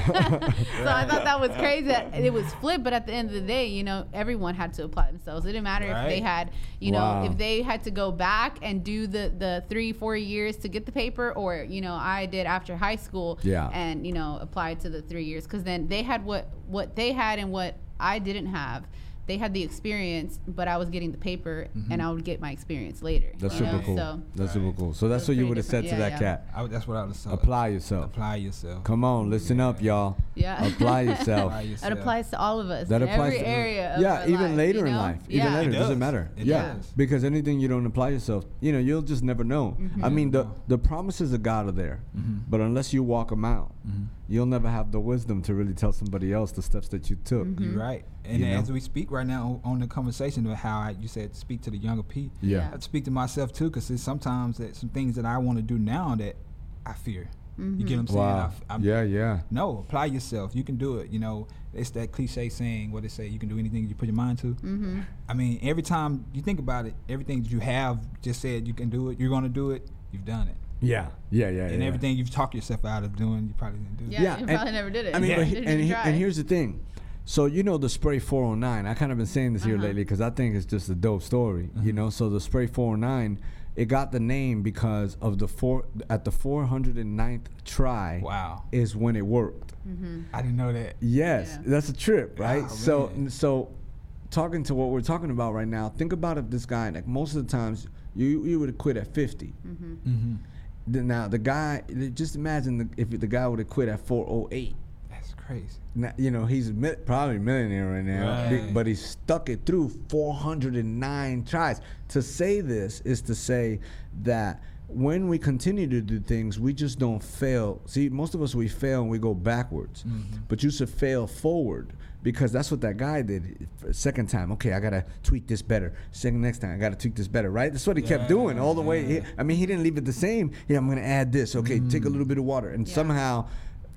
so I thought that was crazy. that It was flipped, but at the end of the day, you know, everyone had to apply themselves. It didn't matter if they
Right.
had, you know,
Wow.
if they had to go back and do the the three four years to get the paper, or you know, I did after high school.
Yeah.
And you know, applied to the three years because then they had what what they had and what I didn't have. They had the experience, but I was getting the paper, and I would get my experience later.
That's
you know?
super cool.
So,
that's super cool. So that's
Those
what you
three
would have said to
different- yeah,
that
yeah.
cat.
I, that's what I was saying.
Apply yourself.
Apply yourself.
Come on, listen up, y'all.
Yeah.
Apply yourself.
Apply yourself.
that applies to all of us.
That
in
applies
every
to
area. Of
yeah,
our
even
life,
later
you
in
know?
life. Even
Yeah.
later, it,
It
doesn't
does.
matter.
It
yeah,
does.
because anything you don't apply yourself, you know, you'll just never know.
Mm-hmm.
I mean, the
Mm-hmm.
the promises of God are there, but unless you walk them out,
Mm-hmm.
you'll never have the wisdom to really tell somebody else the steps that you took.
Mm-hmm.
You're right. And
You know?
as we speak right now on the conversation of how I, you said speak to the younger P.
Yeah.
I speak to myself too, because sometimes that some things that I want to do now that I fear. You get what I'm saying? I
Wow.
f- I'm-
yeah, yeah.
No, apply yourself. You can do it. You know, it's that cliche saying what they say: you can do anything you put your mind to. Mm-hmm. I mean, every time you think about it, everything that you have just said you can do it. You're gonna do it. You've done it,
Yeah, yeah, yeah.
and
yeah.
everything you've talked yourself out of doing, you probably didn't do.
Yeah,
Yeah,
you
and-
probably never did it.
I mean,
You
but
didn't
he-
even
and, he-
try.
and here's the thing. So you know the spray 409. I kind of been saying this
Uh-huh.
here lately because I think it's just a dope story.
Uh-huh.
You know, so the spray 409, it got the name because of the four at the 409th try.
It. Wow,
Is when it worked.
I didn't know that.
Yes,
Mm-hmm. Yeah.
that's a trip, right?
Oh,
so
man.
so talking to what we're talking about right now, think about if this guy, like most of the times, you you would have quit at 50.
Mm.
Mm-hmm.
Then Now the guy, just imagine the, if the guy would have quit at 408.
That's crazy.
Now, you know he's a mil- probably a millionaire right now,
Right.
but he stuck it through 409 tries. To say this is to say that when we continue to do things, we just don't fail. See, most of us we fail and we go backwards, but you should fail forward because that's what that guy did. Second time, okay, I gotta tweak this better. Second next time, I gotta tweak this better. Right? That's what he kept doing all the way. He- I mean, he didn't leave it the same. Yeah, I'm gonna add this. Okay,
Mm.
take a little bit of water, and
Yeah.
somehow.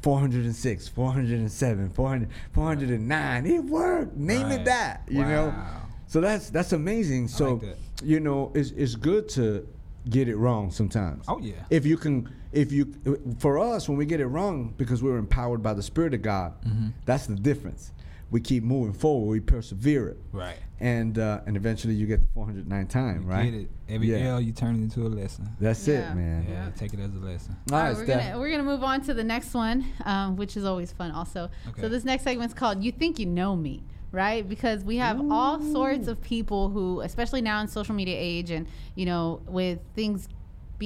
406, 407, 400, 409. It worked. Name it
Right.
that. You know.
Wow.
So that's that's amazing. So
like that.
you know, it's it's good to get it wrong sometimes.
Oh, yeah.
If you can, if you for us when we get it wrong because we're empowered by the Spirit of God,
Mm-hmm.
that's the difference. We keep moving forward. We persevere it.
Right.
And uh, and eventually you get the 409 time,
You
right?
Get it. Every
Yeah.
L you turn it into a lesson.
That's
Yeah.
it, man.
Yeah, take it as a lesson.
All right,
we're
Steph.
gonna we're gonna move on to the next one, um, which is always fun. Also,
Okay.
so this next segment's called "You Think You Know Me," right? Because we have all sorts of people who, especially now in social media age, and you know, with things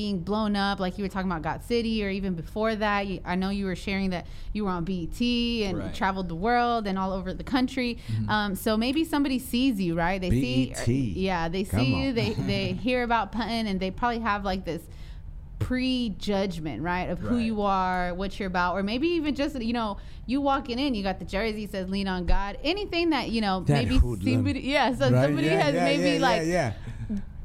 being blown up, like you were talking about God City, or even before that, you, I know you were sharing that you were on BET and
Right.
traveled the world and all over the country. Um, so maybe somebody sees you, right? They
BET.
see, yeah, they
Come
see you,
on.
they they hear about punting, and they probably have like this prejudgment, right, of who
Right.
you are, what you're about, or maybe even just you know you walking in, you got the jersey says "Lean on God." Anything that you know,
That
maybe
hoodlum.
somebody, yeah, so
Right?
somebody
Yeah,
has
yeah,
maybe
yeah, yeah,
like
yeah.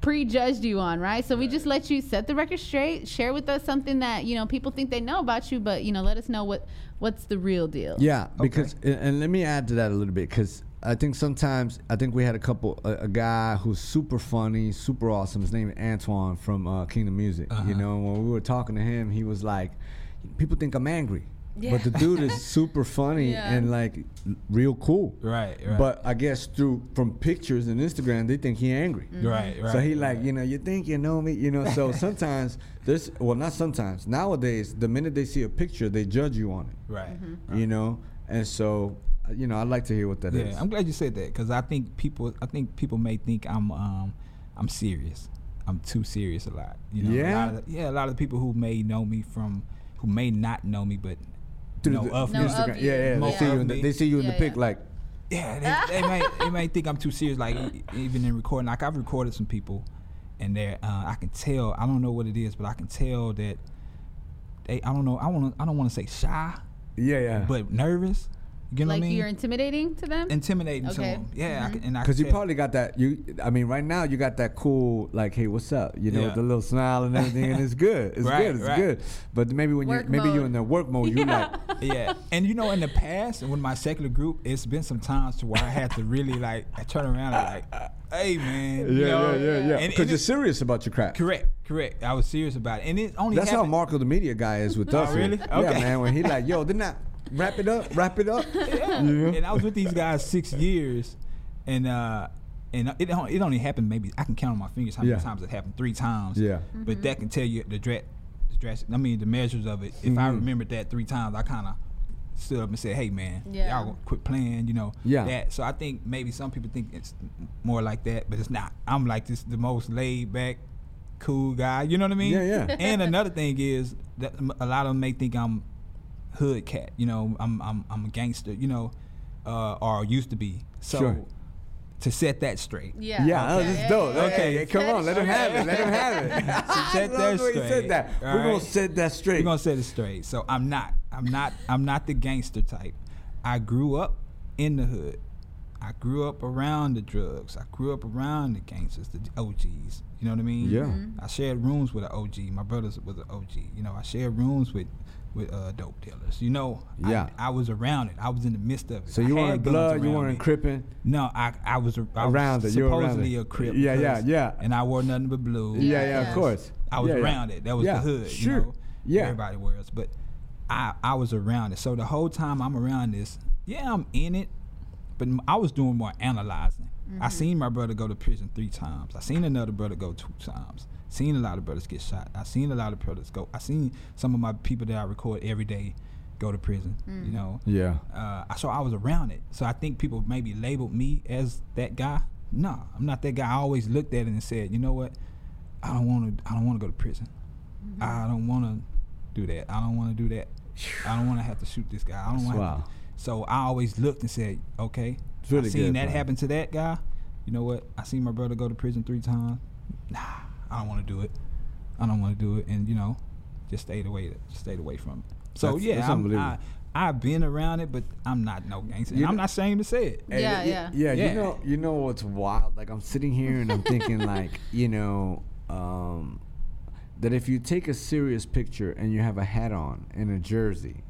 prejudged you on, right? So we just let you set the record straight, share with us something that you know people think they know about you, but you know, let us know what what's the real deal.
Yeah, because and, and let me add to that a little bit because I think sometimes I think we had a couple a, a guy who's super funny, super awesome. His name is Antoine from uh, Kingdom Music. You know, and when we were talking to him, he was like, "People think I'm angry." But the dude is super funny
Yeah.
and like real cool.
Right, right.
But I guess through from pictures and Instagram, they think he angry.
Mm.
Right, right.
So he
right.
like, you know, you think you know me, you know. So sometimes there's well, not sometimes. Nowadays, the minute they see a picture, they judge you on it
Right.
you know and so uh, you know i'd like to hear what that is.
Yeah, I'm glad you said that because I think people, I think people may think I'm, um, I'm serious. I'm too serious a lot. You know,
Yeah?
a lot of the, yeah, a lot of people who may know me from, who may not know me, but
Through
know
the
of
No,
me.
of
Instagram.
you.
yeah yeah they
Yeah.
see you in the,
Yeah.
they see you in the
Yeah,
pic
yeah.
like
Yeah, they, they might they might think I'm too serious. Like e- even in recording, like I've recorded some people, and they uh, I can tell. I don't know what it is, but I can tell that they. I don't know. I want to. I don't want to say shy,
yeah yeah
but nervous. You know
like
what I mean?
you're intimidating to them.
intimidating to
Okay. Mm-hmm.
them. Yeah, I can, and I
because
can
you
tell.
probably got that you i mean right now you got that cool like hey what's up you know
Yeah.
with the little smile and everything and it's good it's
Right,
good it's
right.
good but maybe when you
Work
maybe you're
mode.
in the work mode oh, you like
yeah, and you know, in the past, and with my secular group, it's been some times to where I had to really like I turn around and like, hey man,
yeah
you know?
yeah yeah yeah because
And- and
you're
it's-
serious about your crap
correct, correct. I was serious about it, and it only
that's how
happened-
marco the media guy is with
Oh,
us here.
really?
yeah
Okay.
man when he like yo didn't i wrap it up wrap it up
Yeah. And I was with these guys six years, and uh, and it on- it only happened maybe I can count on my fingers how
Yeah.
many times it happened. Three times.
Yeah.
But that can tell you the dra- the drastic. I mean the measures of it. If
Mm-hmm.
I remembered that three times, I kind of stood up and said, "Hey man,
Yeah.
y'all quit playing." You know.
Yeah.
That. So I think maybe some people think it's more like that, but it's not. I'm like this the most laid back. Cool guy, you know what I mean?
Yeah, yeah.
And another thing is that a lot of them may think I'm hood cat. You know, I'm I'm I'm a gangster. You know, uh, or used to be. So
Sure.
to set that straight.
yeah.
Yeah, oh, this is dope.
yeah, yeah,
okay,
yeah.
come
Set
on, let him have it. Let him have it. I
Set that
love the way you said
straight.
that.
All
We're gonna
right.
set that straight.
We're gonna set it straight. So I'm not. I'm not. I'm not the gangster type. I grew up in the hood. I grew up around the drugs. I grew up around the gangsters, the OGs. You know what I mean?
Yeah. Mhm.
I shared rooms with an OG. My brothers was an OG. You know, I shared rooms with with uh, dope dealers. You know, I-
Yeah.
I, was around it. I was in the midst of it.
so
I
you
had
weren't
guns
blood, you
around
weren't
me.
cripping.
No, I I was, a- I was
Around it, you were around
supposedly
it.
a crip.
Yeah, yeah,
because-
yeah.
And I wore nothing but blue.
Yeah, yeah, of
Yeah.
course.
I was
Yeah, yeah.
around it. That was
Yeah,
the hood.
Sure.
You know?
Yeah.
Everybody wears, but I I was around it. So the whole time I'm around this, yeah, I'm in it, but m- I was doing more analyzing. I seen my brother go to prison three times. I seen another brother go two times. Seen a lot of brothers get shot. I seen a lot of brothers go. I seen some of my people that I record every day go to prison. You know,
Yeah.
uh, so I was around it. So I think people maybe labeled me as that guy. Nah, I'm not that guy. I always looked at it and said, you know what? I don't want to. I don't want to go to prison.
Mm-hmm.
I don't want to do that. I don't want to do that. I don't want to have to shoot this guy. I don't
That's
want.
wild.
to So I always looked and said, okay.
It's really
I seen
good, man.
that happen to that guy. You know what? I seen my brother go to prison three times. Nah, I don't want to do it. I don't want to do it, and you know, just stayed away. Stayed away from it. So
That's-
yeah,
that's
I'm-
unbelievable.
I, I've been around it, but I'm not no gangster. And
You
I'm
know-
not ashamed to say it.
And
Yeah,
y-
yeah.
yeah.
Yeah.
You know, you know what's wild? Like I'm sitting here and I'm thinking, like, you know, um, that if you take a serious picture and you have a hat on and a jersey,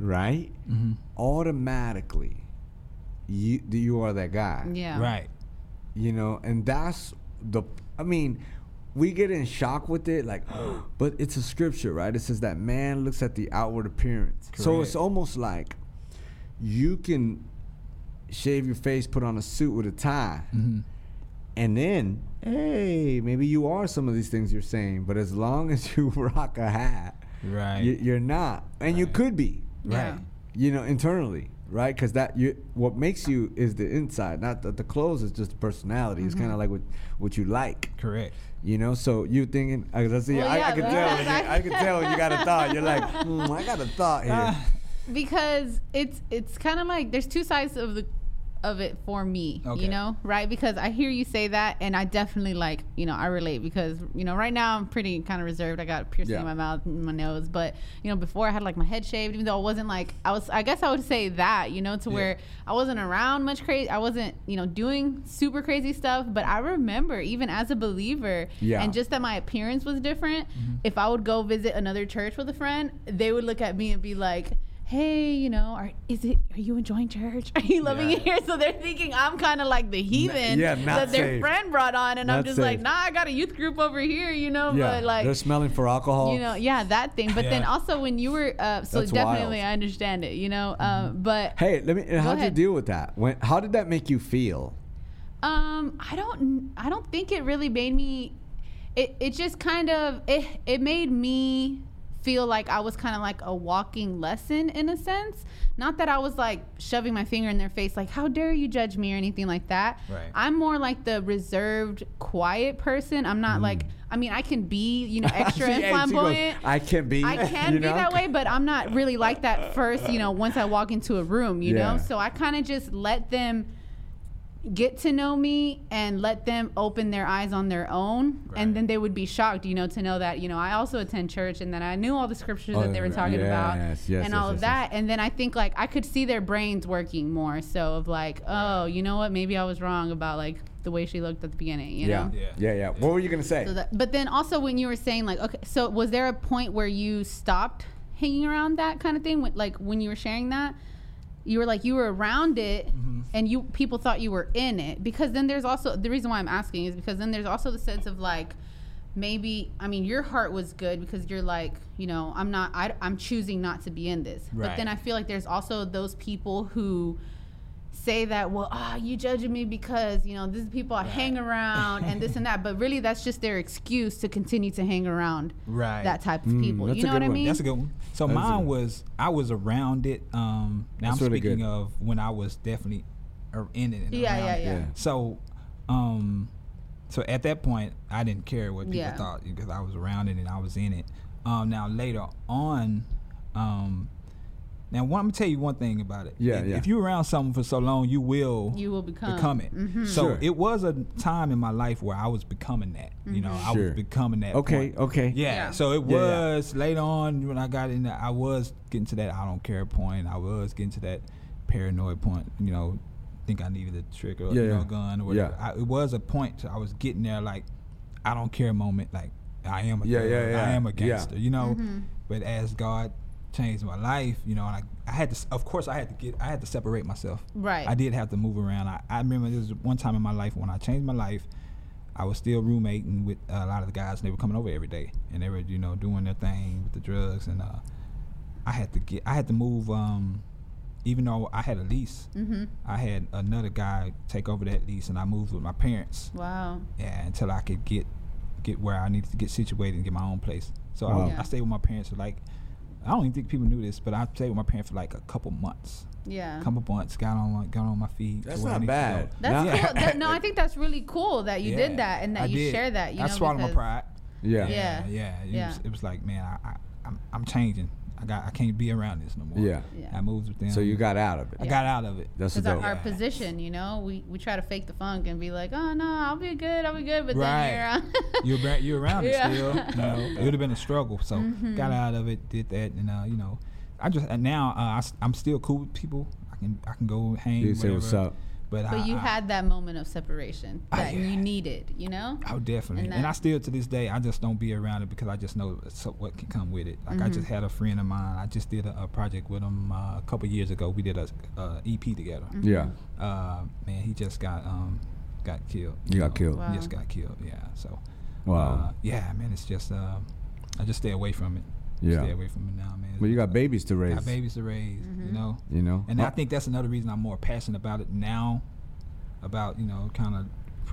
right? Automatically, you you are that guy.
Yeah.
Right.
You know, and that's the. I mean. We get in shock with it, like, but it's a scripture, right? It says that man looks at the outward appearance. So it's
Correct.
almost like you can shave your face, put on a suit with a tie,
Mm-hmm.
and then hey, maybe you are some of these things you're saying. But as long as you rock a hat,
Right.
you, you're not, and you
Right.
could be,
Yeah.
Right.
you know, internally, right? Because that you what makes you is the inside, not the, the clothes is just the personality.
Mm-hmm.
It's kind of like what what you like.
Correct.
You know, so you thinking? I, I see.
Well,
I, I
yeah,
can
but-
tell. when you, I can tell when you got a thought. You're like, "Hmm, I got a thought
Uh,
here.
Ah,
because it's it's kind of like there's two sides of the of it for me
Okay.
you know right because i hear you say that and i definitely like you know i relate because you know right now i'm pretty kind of reserved i got piercing
Yeah.
in my mouth and my nose but you know before i had like my head shaved even though i wasn't like i was i guess i would say that you know to where i wasn't around much crazy i wasn't you know doing super crazy stuff but i remember even as a believer
Yeah. Mm-hmm.
and just just that my appearance was different. If I would go visit another church with a friend, they would look at me and be like, "Hey, you know, are is it? Are you enjoying church? Are you loving
Yeah.
it here?" So they're thinking I'm kind of like the heathen
yeah, not
that their
safe.
friend brought on, and I'm
Not
just like,
safe.
"Nah, I got a youth group over here, you know." but like,
they're smelling for alcohol.
you know, yeah, that thing. But then
Yeah.
also when you were, uh, so
That's
definitely
wild. Mm-hmm.
I understand it, you know. Um, but
Hey, let me. How did you
ahead.
deal with that? When? How did that make you feel?
Um, I don't. I don't think it really made me. It it just kind of it it made me feel like I was kind of like a walking lesson in a sense. Not that I was like shoving my finger in their face, like how dare you judge me or anything like that.
Right.
I'm more like the reserved, quiet person. I'm not like. I mean, I can be you know extra
She-
and
hey, she goes,
flamboyant.
I can be.
I can
you
be
know?
that way, but I'm not really like that first, you know, once I walk into a room, you
Yeah.
know? So I kind of just let them get to know me and let them open their eyes on their own.
Right.
And then they would be shocked, you know, to know that, you know, I also attend church and that I knew all the scriptures
Oh,
that they were
right.
talking about
Yes, yes,
and
yes,
all
yes,
of that. And then I think like I could see their brains working more. So of like, oh, you know what? Maybe I was wrong about like the way she looked at the beginning, you
Yeah.
know?
yeah,
Yeah.
yeah, What were you gonna say?
So that, but then also when you were saying like, okay, so was there a point where you stopped hanging around that kind of thing? When, like when you were sharing that, you were like you were around it, and you people thought you were in it because then there's also the reason why I'm asking is because then there's also the sense of like maybe I mean your heart was good because you're like you know I'm not I, I'm choosing not to be in this, but then
Right.
I feel like there's also those people who say that well ah you judging me because you know these people I hang around and this and that but really that's just their excuse to continue to hang around
Right.
that type of people
that's
you
a
know
good
what i
one.
mean
Mm, That's a good one. So
That is a
mine
good-
was I was around it. Um, now
That's
I'm
really
speaking
good.
of when I was definitely ar- in it. And
yeah,
around
yeah
it.
yeah
Yeah.
So, um, so at that point, I didn't care what people
Yeah.
thought because I was around it and I was in it. Um, now later on, um, now one, I'm gonna tell you one thing about it.
Yeah,
if,
yeah.
if you're around something for so long, you will
You will become.
it. So
Sure.
it was a time in my life where I was becoming that. You know, I
Sure.
was becoming that.
okay,
point.
okay.
Yeah,
Yeah.
so it
Yeah, yeah.
was later on when I got in. there, I was getting to that I don't care point. I was getting to that paranoid point. You know, think I needed a trigger, or
Yeah,
you know,
yeah.
a gun or whatever.
Yeah.
I, it was a point. So I was getting there, like I don't care moment. Like I am a
Yeah,
thug,
yeah, yeah.
I am a
Yeah.
gangster. You know, but as God changed my life, you know, and I, I had to. s- Of course, I had to get. I had to separate myself.
Right.
I did have to move around. I, I remember there was one time in my life when I changed my life. I was still roommating with a lot of the guys, and they were coming over every day, and they were you know doing their thing with the drugs, and uh, I had to get I had to move. Um, even though I had a lease, I had another guy take over that lease, and I moved with my parents.
wow
Yeah, until I could get get where I needed to get situated and get my own place. So
Wow.
I,
Yeah.
I stayed with my parents for like I don't even think people knew this, but I played with my parents for like a couple months.
Yeah.
Couple months, got on like, got on my feet. to
That's
where I
not
need to
bad.
go.
That's
Yeah.
cool. That, no, I think that's really cool that you
Yeah,
did that and that
I
you
did.
share that. You
I
know,
swallowed my
because-
pride.
Yeah.
Yeah.
yeah. It,
Yeah.
Was, it was like, man, I, I I'm, I'm changing. I got, I can't be around this no more.
Yeah.
Yeah.
I moved with them.
So you got out of it.
I got out of it.
That's
Because our,
dope.
our
Yeah.
position, you know, we, we try to fake the funk and be like, oh no, I'll be good, I'll be good, but then you're
you're bra- you're around it
Yeah. Mm-hmm.
still. You know, it would have been a struggle. So got out of it, did that, and uh, you know, I just and now uh, I, am still cool with people. I can I can go hang.
You say what's
whatever.
up.
But, I,
but you
I,
had that moment of separation
Ah,
that
yeah.
you needed, you know.
Oh, definitely.
And
And,
that-
I still, to this day, I just don't be around it because I just know so what can come with it. Like I
Mm-hmm.
just had a friend of mine. I just did a, a project with him uh, a couple years ago. We did a, uh EP together.
Mm.
Yeah.
Uh, man, he just got um, got killed.
You got killed.
Wow.
He just got killed. Yeah. So.
Wow.
Uh, yeah, man. It's just uh, I just stay away from it.
Yeah.
Stay away from it now, man.
Well, you got babies to raise.
got babies to raise.
Mm-hmm.
You know.
You know.
And
Oh,
I think that's another reason I'm more passionate about it now, about you know, kind of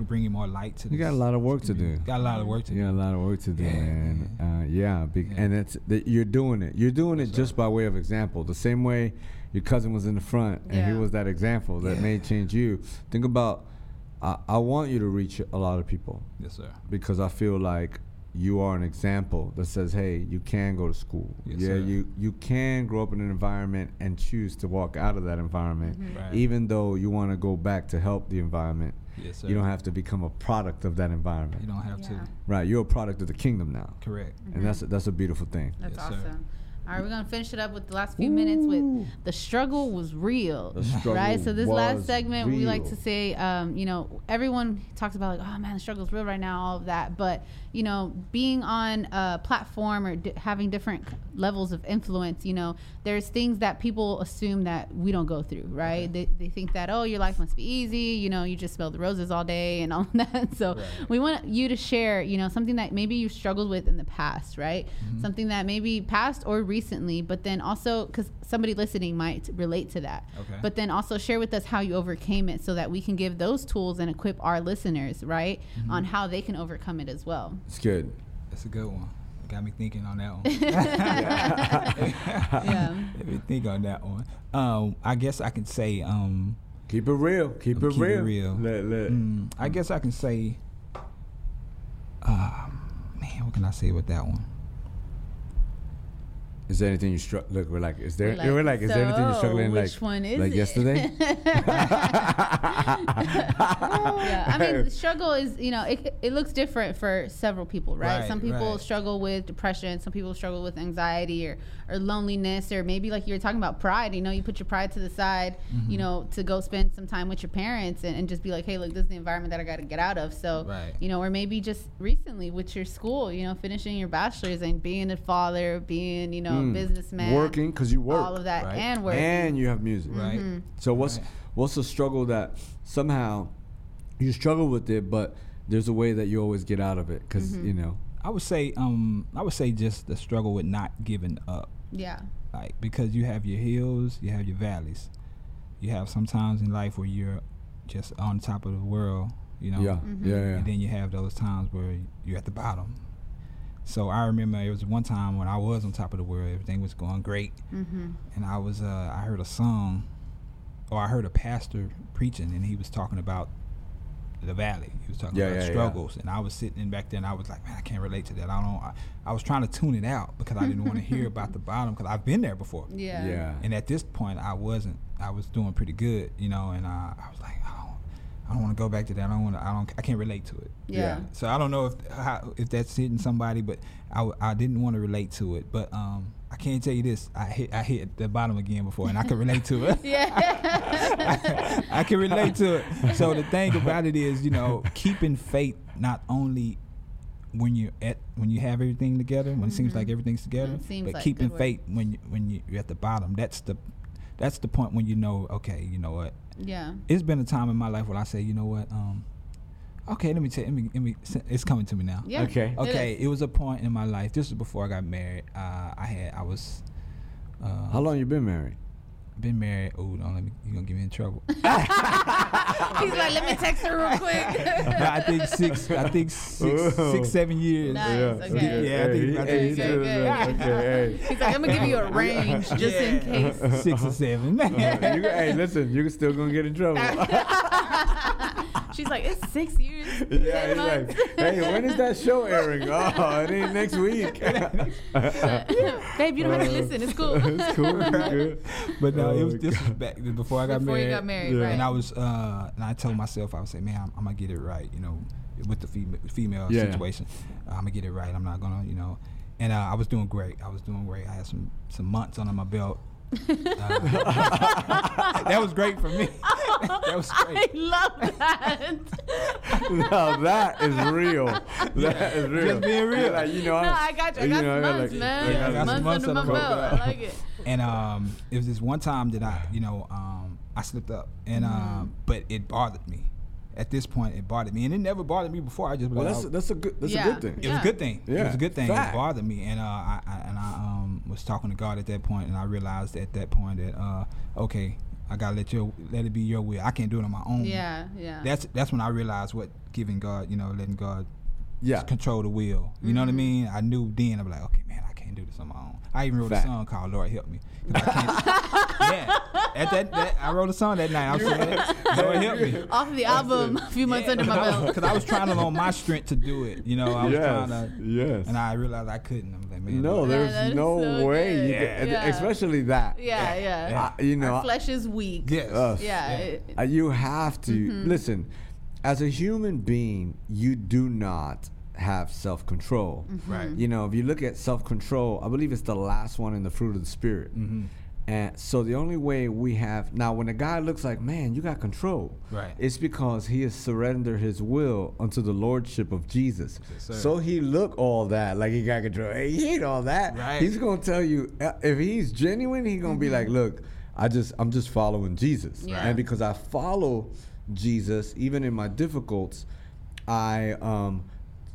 bringing more light to.
You got
this
a lot of work to
community.
do.
Got a lot of work to
You
do.
got a lot of work to do,
Yeah,
man. Uh, yeah, be-
Yeah.
and it's that you're doing it. You're doing it just by way of example. The same way your cousin was in the front and he
Yeah.
was that example that
Yeah.
may change you. Think about. I, I want you to reach a lot of people
Yes, sir.
because I feel like you are an example that says, "Hey, you can go to school.
Yes,
yeah,
sir.
you you can grow up in an environment and choose to walk out of that environment,
Right.
even though you want to go back to help the environment.
Yes, sir.
You don't have to become a product of that environment,
You don't have
Yeah.
to.
right? You're a product of the kingdom now,
Correct.
and that's a, that's a beautiful thing.
That's
Yes, sir.
awesome. All right, we're gonna finish it up with the last few minutes with the struggle was real,
The struggle
right? So this
was
last segment, we like
real.
to say, um, you know, everyone talks about like, oh man, the struggle's real right now, all of that, but you know, being on a platform or di- having different levels of influence, you know, there's things that people assume that we don't go through, right? They, they think that oh, your life must be easy, you know, you just smell the roses all day and all that. So
Right.
we want you to share, you know, something that maybe you struggled with in the past, right?
Mm-hmm.
Something that maybe past or recently, but then also because somebody listening might relate to that.
Okay.
But then also share with us how you overcame it so that we can give those tools and equip our listeners, right, on how they can overcome it as well.
It's good.
That's a good one. Got me thinking on that one.
Yeah.
Let me think on that one. Um, I guess I can say. Um,
Keep it real. Keep it
Keep it
real.
real.
Let- let-
mm, I guess I can say. Uh, man, what can I say with that one?
Is there anything you struck? Look, we're like, is there?
We're
We're
like,
like, is there anything you're
so,
struggling like?
which one is
like
it?
yesterday?
yeah, I mean, the struggle is you know it, it looks different for several people, right?
Right,
some people
right.
struggle with depression, some people struggle with anxiety or or loneliness, or maybe like you were talking about pride. You know, you put your pride to the side,
Mm-hmm.
you know, to go spend some time with your parents and, and just be like, hey, look, this is the environment that I got to get out of. So,
Right.
you know, or maybe just recently with your school, you know, finishing your bachelor's and being a father, being you know a businessman,
Hmm. Working because you work.
all of that,
right?
and working.
and you have music.
Right.
Mm-hmm.
So what's
Right.
what's the struggle that somehow you struggle with it, but there's a way that you always get out of it because
Mm-hmm.
you know.
I would say. Um, I would say just the struggle with not giving up.
yeah.
like because you have your hills you have your valleys you have sometimes in life where you're just on top of the world you know
Yeah,
Mm-hmm.
yeah,
and
yeah.
then you have those times where you're at the bottom so i remember it was one time when i was on top of the world everything was going great and i was uh, i heard a song or i heard a pastor preaching and he was talking about the valley he was talking
Yeah,
about
yeah, yeah.
struggles and i was sitting in back there and i was like man i can't relate to that i don't i, I was trying to tune it out because i didn't want to hear about the bottom because i've been there before
Yeah.
Yeah.
and at this point, I wasn't. I was doing pretty good, you know. And I, I was like, I don't, I don't want to go back to that. I don't want to. I don't. I can't relate to it.
Yeah.
Yeah.
So I don't know if how, if that's hitting somebody, but I, w- I didn't want to relate to it. But um, I can't tell you this. I hit I hit the bottom again before, and I could relate to it. I can relate to it. So the thing about it is, you know, keeping faith not only when you're at when you have everything together, when it seems like everything's together,
It Mm-hmm. seems
but
like
keeping
good work.
faith when you, when you- you're at the bottom. That's the that's the point when you know, okay, you know what?
Yeah.
It's been a time in my life where I say, you know what? Um, okay, let me tell let me, let me it's coming to me now.
Yeah.
Okay.
it
Okay,
is.
it was a point in my life. This was before I got married. Uh, I had I was
How long you been married?
been married. Oh, don't let me. You gonna get me in trouble.
He's like, let me text her real quick.
But I think six. I think six,
Whoa.
six, seven years.
Nice, okay.
Yeah, I think- I
hey, he
think so.
doing that.
Good.
Okay, hey.
He's like, I'm gonna give you a range just in
Yeah.
case.
Six or seven.
Uh, you- hey, listen, you're still gonna get in trouble.
She's like, it's six years.
yeah,
ten
he's like,
months."
hey, when is that show airing? Oh, it ain't next week. Uh,
Babe, you don't have to listen. It's cool.
it's cool. it's good.
But no,
Oh
it was
my
this was back before I got
Before
married.
you got married,
Yeah.
right?
And I was, uh, and I told myself, I would say, man, I'm, I'm gonna get it right, you know, with the female female
Yeah.
situation, I'm gonna get it right. I'm not gonna, you know, and uh, I was doing great. I was doing great. I had some some months under my belt. Uh, that was great for me. that was
I
great.
love that.
now that is real. That is real.
Just being real.
You're Like, you know,
no,
I,
I got you. I
You
got
know,
some
I got
months,
like-
man.
I got
I got some months under my belt. I like it.
And um, it was this one time that I, you know, um, I slipped up, and
Mm.
um, but it bothered me. At this point, it bothered me, and it never bothered me before. I just
well,
like,
that's
oh,
that's a good that's
Yeah.
a good thing.
It was
Yeah.
a good thing. It
Yeah.
was a good thing.
Fact.
It bothered me, and uh, I, I and I um, was talking to God at that point, and I realized at that point that uh, okay, I gotta let your let it be your will. I can't do it on my own.
Yeah, yeah.
That's that's when I realized what giving God, you know, letting God
Yeah.
control the will. You
Mm-hmm.
know what I mean? I knew then. I'm like, okay, man, I can't do this on my own. I even wrote
Fact.
a song called "Lord Help Me." 'cause I can't- yeah, at that, that I wrote a song that night. I was like, "Lord Help Me."
off of the album, a few months under my belt.
Because I was trying to loan my strength to do it. You know, I was
Yes.
trying to.
Yes.
And I realized I couldn't. I'm like, man.
no,
look,
Yeah,
there's
that is
no
so
way. You
good.
can,
Yeah.
Especially that.
Yeah, yeah.
I- you know,
Our flesh is weak.
Yes.
Uh,
Yeah.
Yeah.
it-
Uh, You have to listen. As a human being, you do not have self control.
Right.
You know, if you look at self control, I believe it's the last one in the fruit of the spirit.
Mm-hmm.
And so the only way we have now, when a guy looks like, man, you got control,
Right.
It's because he has surrendered his will unto the lordship of Jesus.
Yes, sir.
so he look all that like he got control. Hey, he ain't all that.
Right.
He's gonna tell you uh, if he's genuine. He gonna be like, look, I just I'm just following Jesus,
Yeah.
and because I follow Jesus, even in my difficults, I um,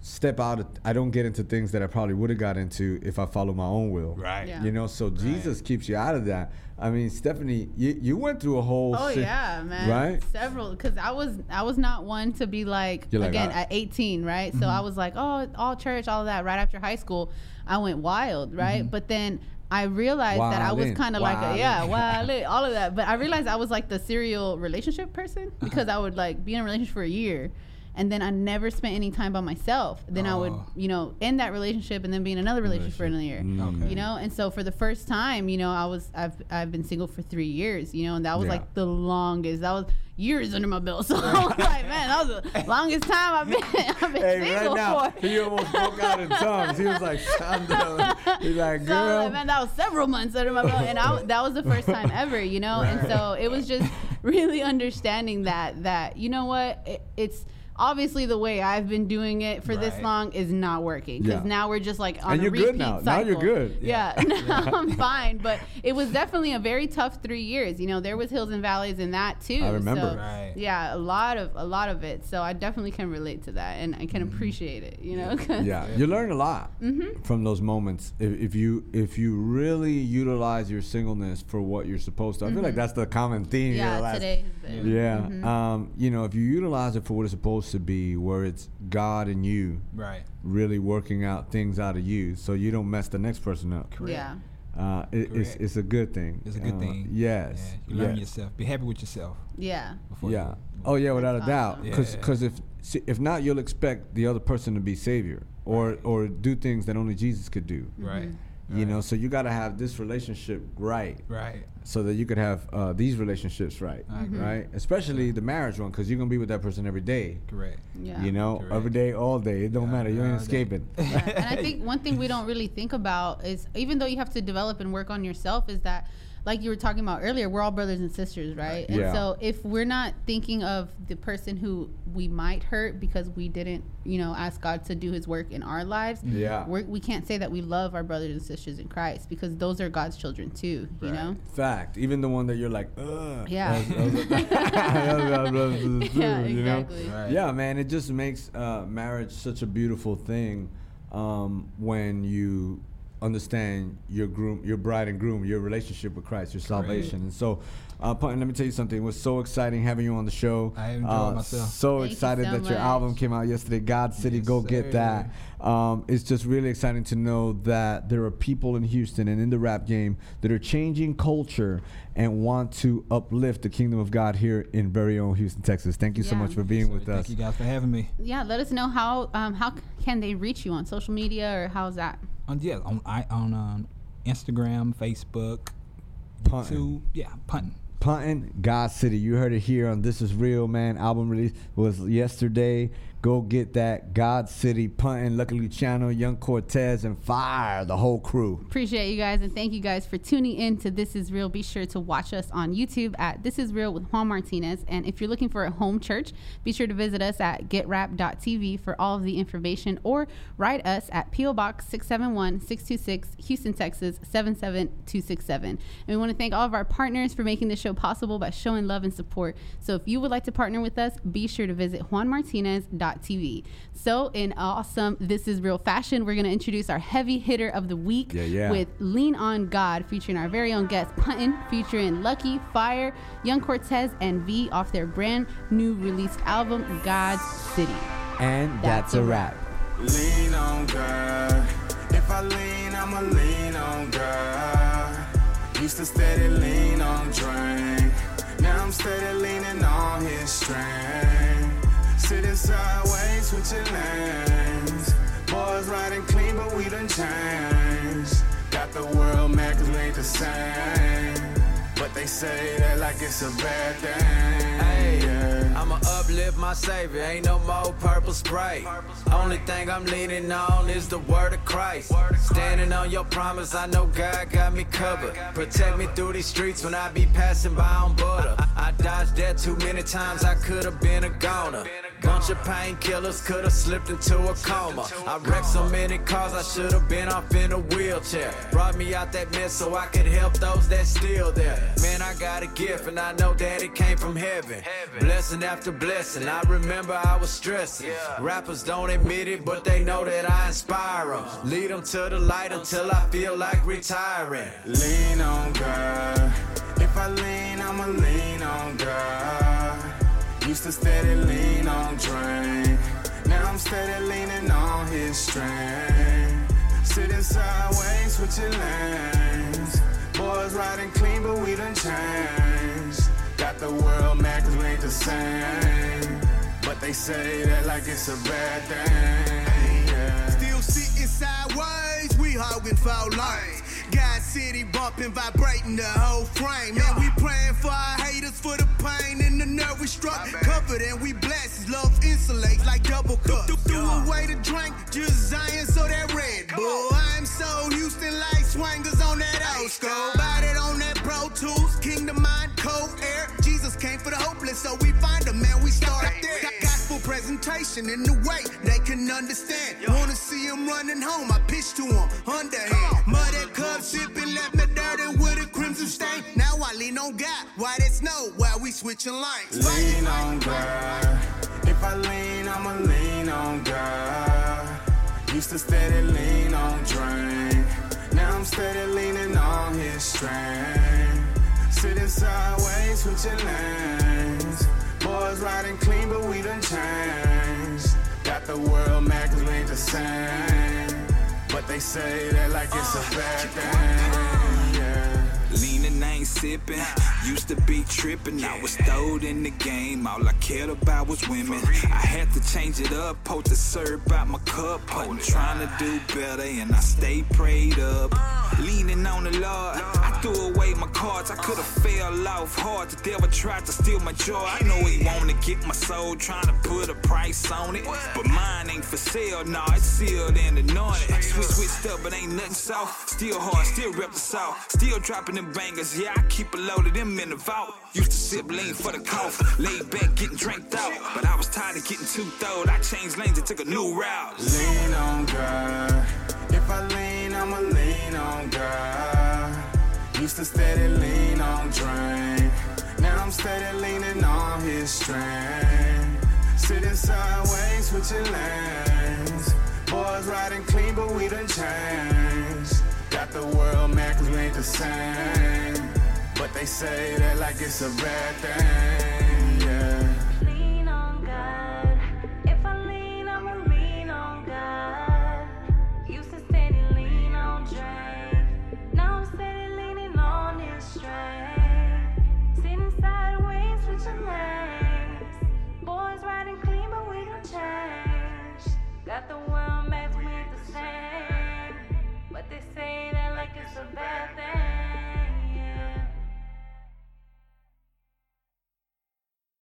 step out. Of, I don't get into things that I probably would have got into if I follow my own will.
Right.
Yeah.
You know, so Jesus keeps you out of that. I mean, Stephanie, you, you went through a whole.
Oh
si-
yeah, man.
Right.
Several, because I was I was not one to be like,
You're like, Mm-hmm.
again
"Ah."
at 18, right? So I was like, oh, all church, all of that. Right after high school, I went wild, right? But then I realized that I was
Mm-hmm. Wildin',
kind of like, a, yeah,
wildin'.
wild, all of that. But I realized I was like the serial relationship person
Uh-huh.
because I would like be in a relationship for a year. And then I never spent any time by myself. Then I would,
Oh.
you know, end that relationship and then be in another relationship for another year
Mm.
Okay.
Mm-hmm.
you know and so for the first time you know i was i've i've been single for three years you know and that was
Yeah.
like the longest that was years under my belt so i was like man that was the longest time i've been i've been
Hey, right
single
now,
for
he almost broke out in tongues. He was like, "I'm done." He's like,
so I was
"Girl."
like, man, that was several months under my belt, and I, that was the first time ever, you know. And so it was just really understanding that that you know what, it, it's obviously the way I've been doing it for this
Right.
long is not working because
Yeah.
now we're just like on
And
a
you're good
repeat
now. Now
cycle.
you're good.
Yeah, now I'm fine, but it was definitely a very tough three years. You know, there was hills and valleys in that too.
I remember.
So,
Right.
Yeah, a lot of a lot of it. So I definitely can relate to that, and I can appreciate it. You know, 'cause-
Mm. yeah you learn a lot
Mm-hmm.
from those moments if, if you if you really utilize your singleness for what you're supposed to i feel like that's the common theme here the
Mm-hmm. yeah.
last-
Today Mm-hmm. has been.
yeah um, you know if you utilize it for what it's supposed to be where it's god and you
Right.
really working out things out of you so you don't mess the next person up
Correct.
Yeah.
uh, it, it's,
Correct.
it's a good thing
It's a good
Uh,
thing.
yes
Yeah. You learn
yes.
yourself. Be happy with yourself.
Yeah.
Before
yeah.
You,
Oh yeah, without a doubt.
awesome.
Because
Yeah.
if see, if not, you'll expect the other person to be savior or or do things that only Jesus could do.
Right.
Mm-hmm.
You know, so you got to have this relationship right,
Right.
so that you could have uh, these relationships right, right? Especially the marriage one, because you're gonna be with that person every day.
Correct.
Yeah.
You know,
Correct.
every day, all day. It don't matter. You ain't
all day.
escaping.
Yeah. and I think one thing we don't really think about is even though you have to develop and work on yourself, is that like you were talking about earlier, we're all brothers and sisters, right? And
Yeah.
so if we're not thinking of the person who we might hurt because we didn't, you know, ask God to do his work in our lives,
Yeah.
we're, we can't say that we love our brothers and sisters in Christ because those are God's children too, you
Right.
know?
Fact. Even the one that you're like, ugh.
Yeah.
yeah,
yeah, exactly.
Right.
Yeah, man, it just makes uh, marriage such a beautiful thing um, when you understand your groom, your bride and groom, your relationship with Christ, your salvation. And so, uh, Pun, let me tell you something. It was so exciting having you on the show.
I enjoyed
Uh,
myself.
So
Thank you
excited
so
that your
much.
album came out yesterday. God City,
Yes,
go get
sir.
that. Um, it's just really exciting to know that there are people in Houston and in the rap game that are changing culture and want to uplift the kingdom of God here in very own Houston, Texas. Thank you so
Yeah.
much for being with
Thank
us.
you guys for having me.
Yeah, let us know how um, how c- can they reach you on social media or how's that?
On yeah, on I on um, Instagram, Facebook,
Puntin.
two yeah, punting.
Punting, God City. You heard it here on This Is Real, man. Album release was yesterday. Go get that. God City, Punting, Lucky Luciano, Young Cortez, and Fire, the whole crew.
Appreciate you guys and thank you guys for tuning in to This Is Real. Be sure to watch us on YouTube at This Is Real with Juan Martinez. And if you're looking for a home church, be sure to visit us at getrap.tv for all of the information or write us at P.O. Box 671 626 Houston, Texas 77267. And we want to thank all of our partners for making this show possible by showing love and support. So if you would like to partner with us, be sure to visit juanmartinez.tv. So, in awesome This Is Real fashion, we're going to introduce our heavy hitter of the week
Yeah, yeah.
with Lean on God, featuring our very own guest Puntin, featuring Lucky, Fire, Young Cortez, and V off their brand new released album, God's City.
And that's,
That's
a
a
wrap.
Lean on God. If I lean, I'ma lean on God. Used to steady lean on drink. Now I'm steady leaning on his strength. Sitting sideways, switching lanes. Boys riding clean, but we done changed. Got the world mad 'cause we ain't the same. But they say that like it's a bad thing.
Ayy,
yeah.
I'ma uplift my savior, ain't no more purple sprite. Only thing I'm leaning on is the word of Christ. Standing on your promise, I know God got me covered. Protect me through these streets when I be passing by on butter. I dodged that too many times, I could've been a goner. Bunch of painkillers could've slipped into a coma. I wrecked so many cars, I should've been off in a wheelchair. Brought me out that mess so I could help those that still there. Man, I got a gift, and I know that it came from heaven. Blessing after blessing, I remember I was stressing. Rappers don't admit it, but they know that I inspire them. Lead them to the light until I feel like retiring.
Lean on God. If I lean, I'ma lean on God. Used to steady lean on drink. Now I'm steady leaning on his strength. Sitting sideways, switching lanes. Boys riding clean, but we done changed. Got the world mad 'cause we ain't the same. But they say that like it's a bad thing. yeah.
Still sitting sideways, we hogging four lanes. God City bumping, vibrating the whole frame. Man, we praying for our haters for the pain and the nerve we struck. Covered and we blessed, love insulates like double cups. Threw away the drink, just Zion, so that Red Bull. I'm so Houston like swangers on that old school. Bodied on that Pro Tools, Kingdom Mind, Cold Air. Jesus came for the hopeless, so we find them and we start there. Got gospel presentation in the way they can understand. Wanna see him running home, I pitch to him underhand. Mother cup sipping, left me dirty with a crimson stain. Now I lean on God, why that snow, why we switching lanes.
lean on God. If I lean, I'ma lean on God. Used to steady lean on drink. Now I'm steady leaning on his strength. Sitting sideways, switching lanes. Boys riding clean, but we done changed. Got the world mad 'cause we ain't the same. But they say that like it's a bad thing. Yeah.
Leaning, ain't sipping. Used to be tripping. I was throwed in the game. All I cared about was women. I had to change it up. Post the syrup out my cup. I'm trying to do better, and I stay prayed up. Leaning on the Lord. I threw away my cards. I could have fell off hard. The devil tried to steal my joy. I know he wanna get my soul. Trying to put a price on it, but mine ain't for sale. Nah, it's sealed and anointed. We switched up, but ain't nothing soft. Still hard, still rep the south. Still dropping them bangers. Yeah, I keep a load of them in the vault. Used to sip lean for the cough. Laid back, getting dranked out. But I was tired of getting too throwed. I changed lanes and took a new route.
Lean on God. If I lean, I'ma lean on God. Used to steady lean on drink. Now I'm steady leaning on his strength. Sitting sideways, switching lanes. Boys riding clean, but we done changed. the same. But they say that like it's a bad thing.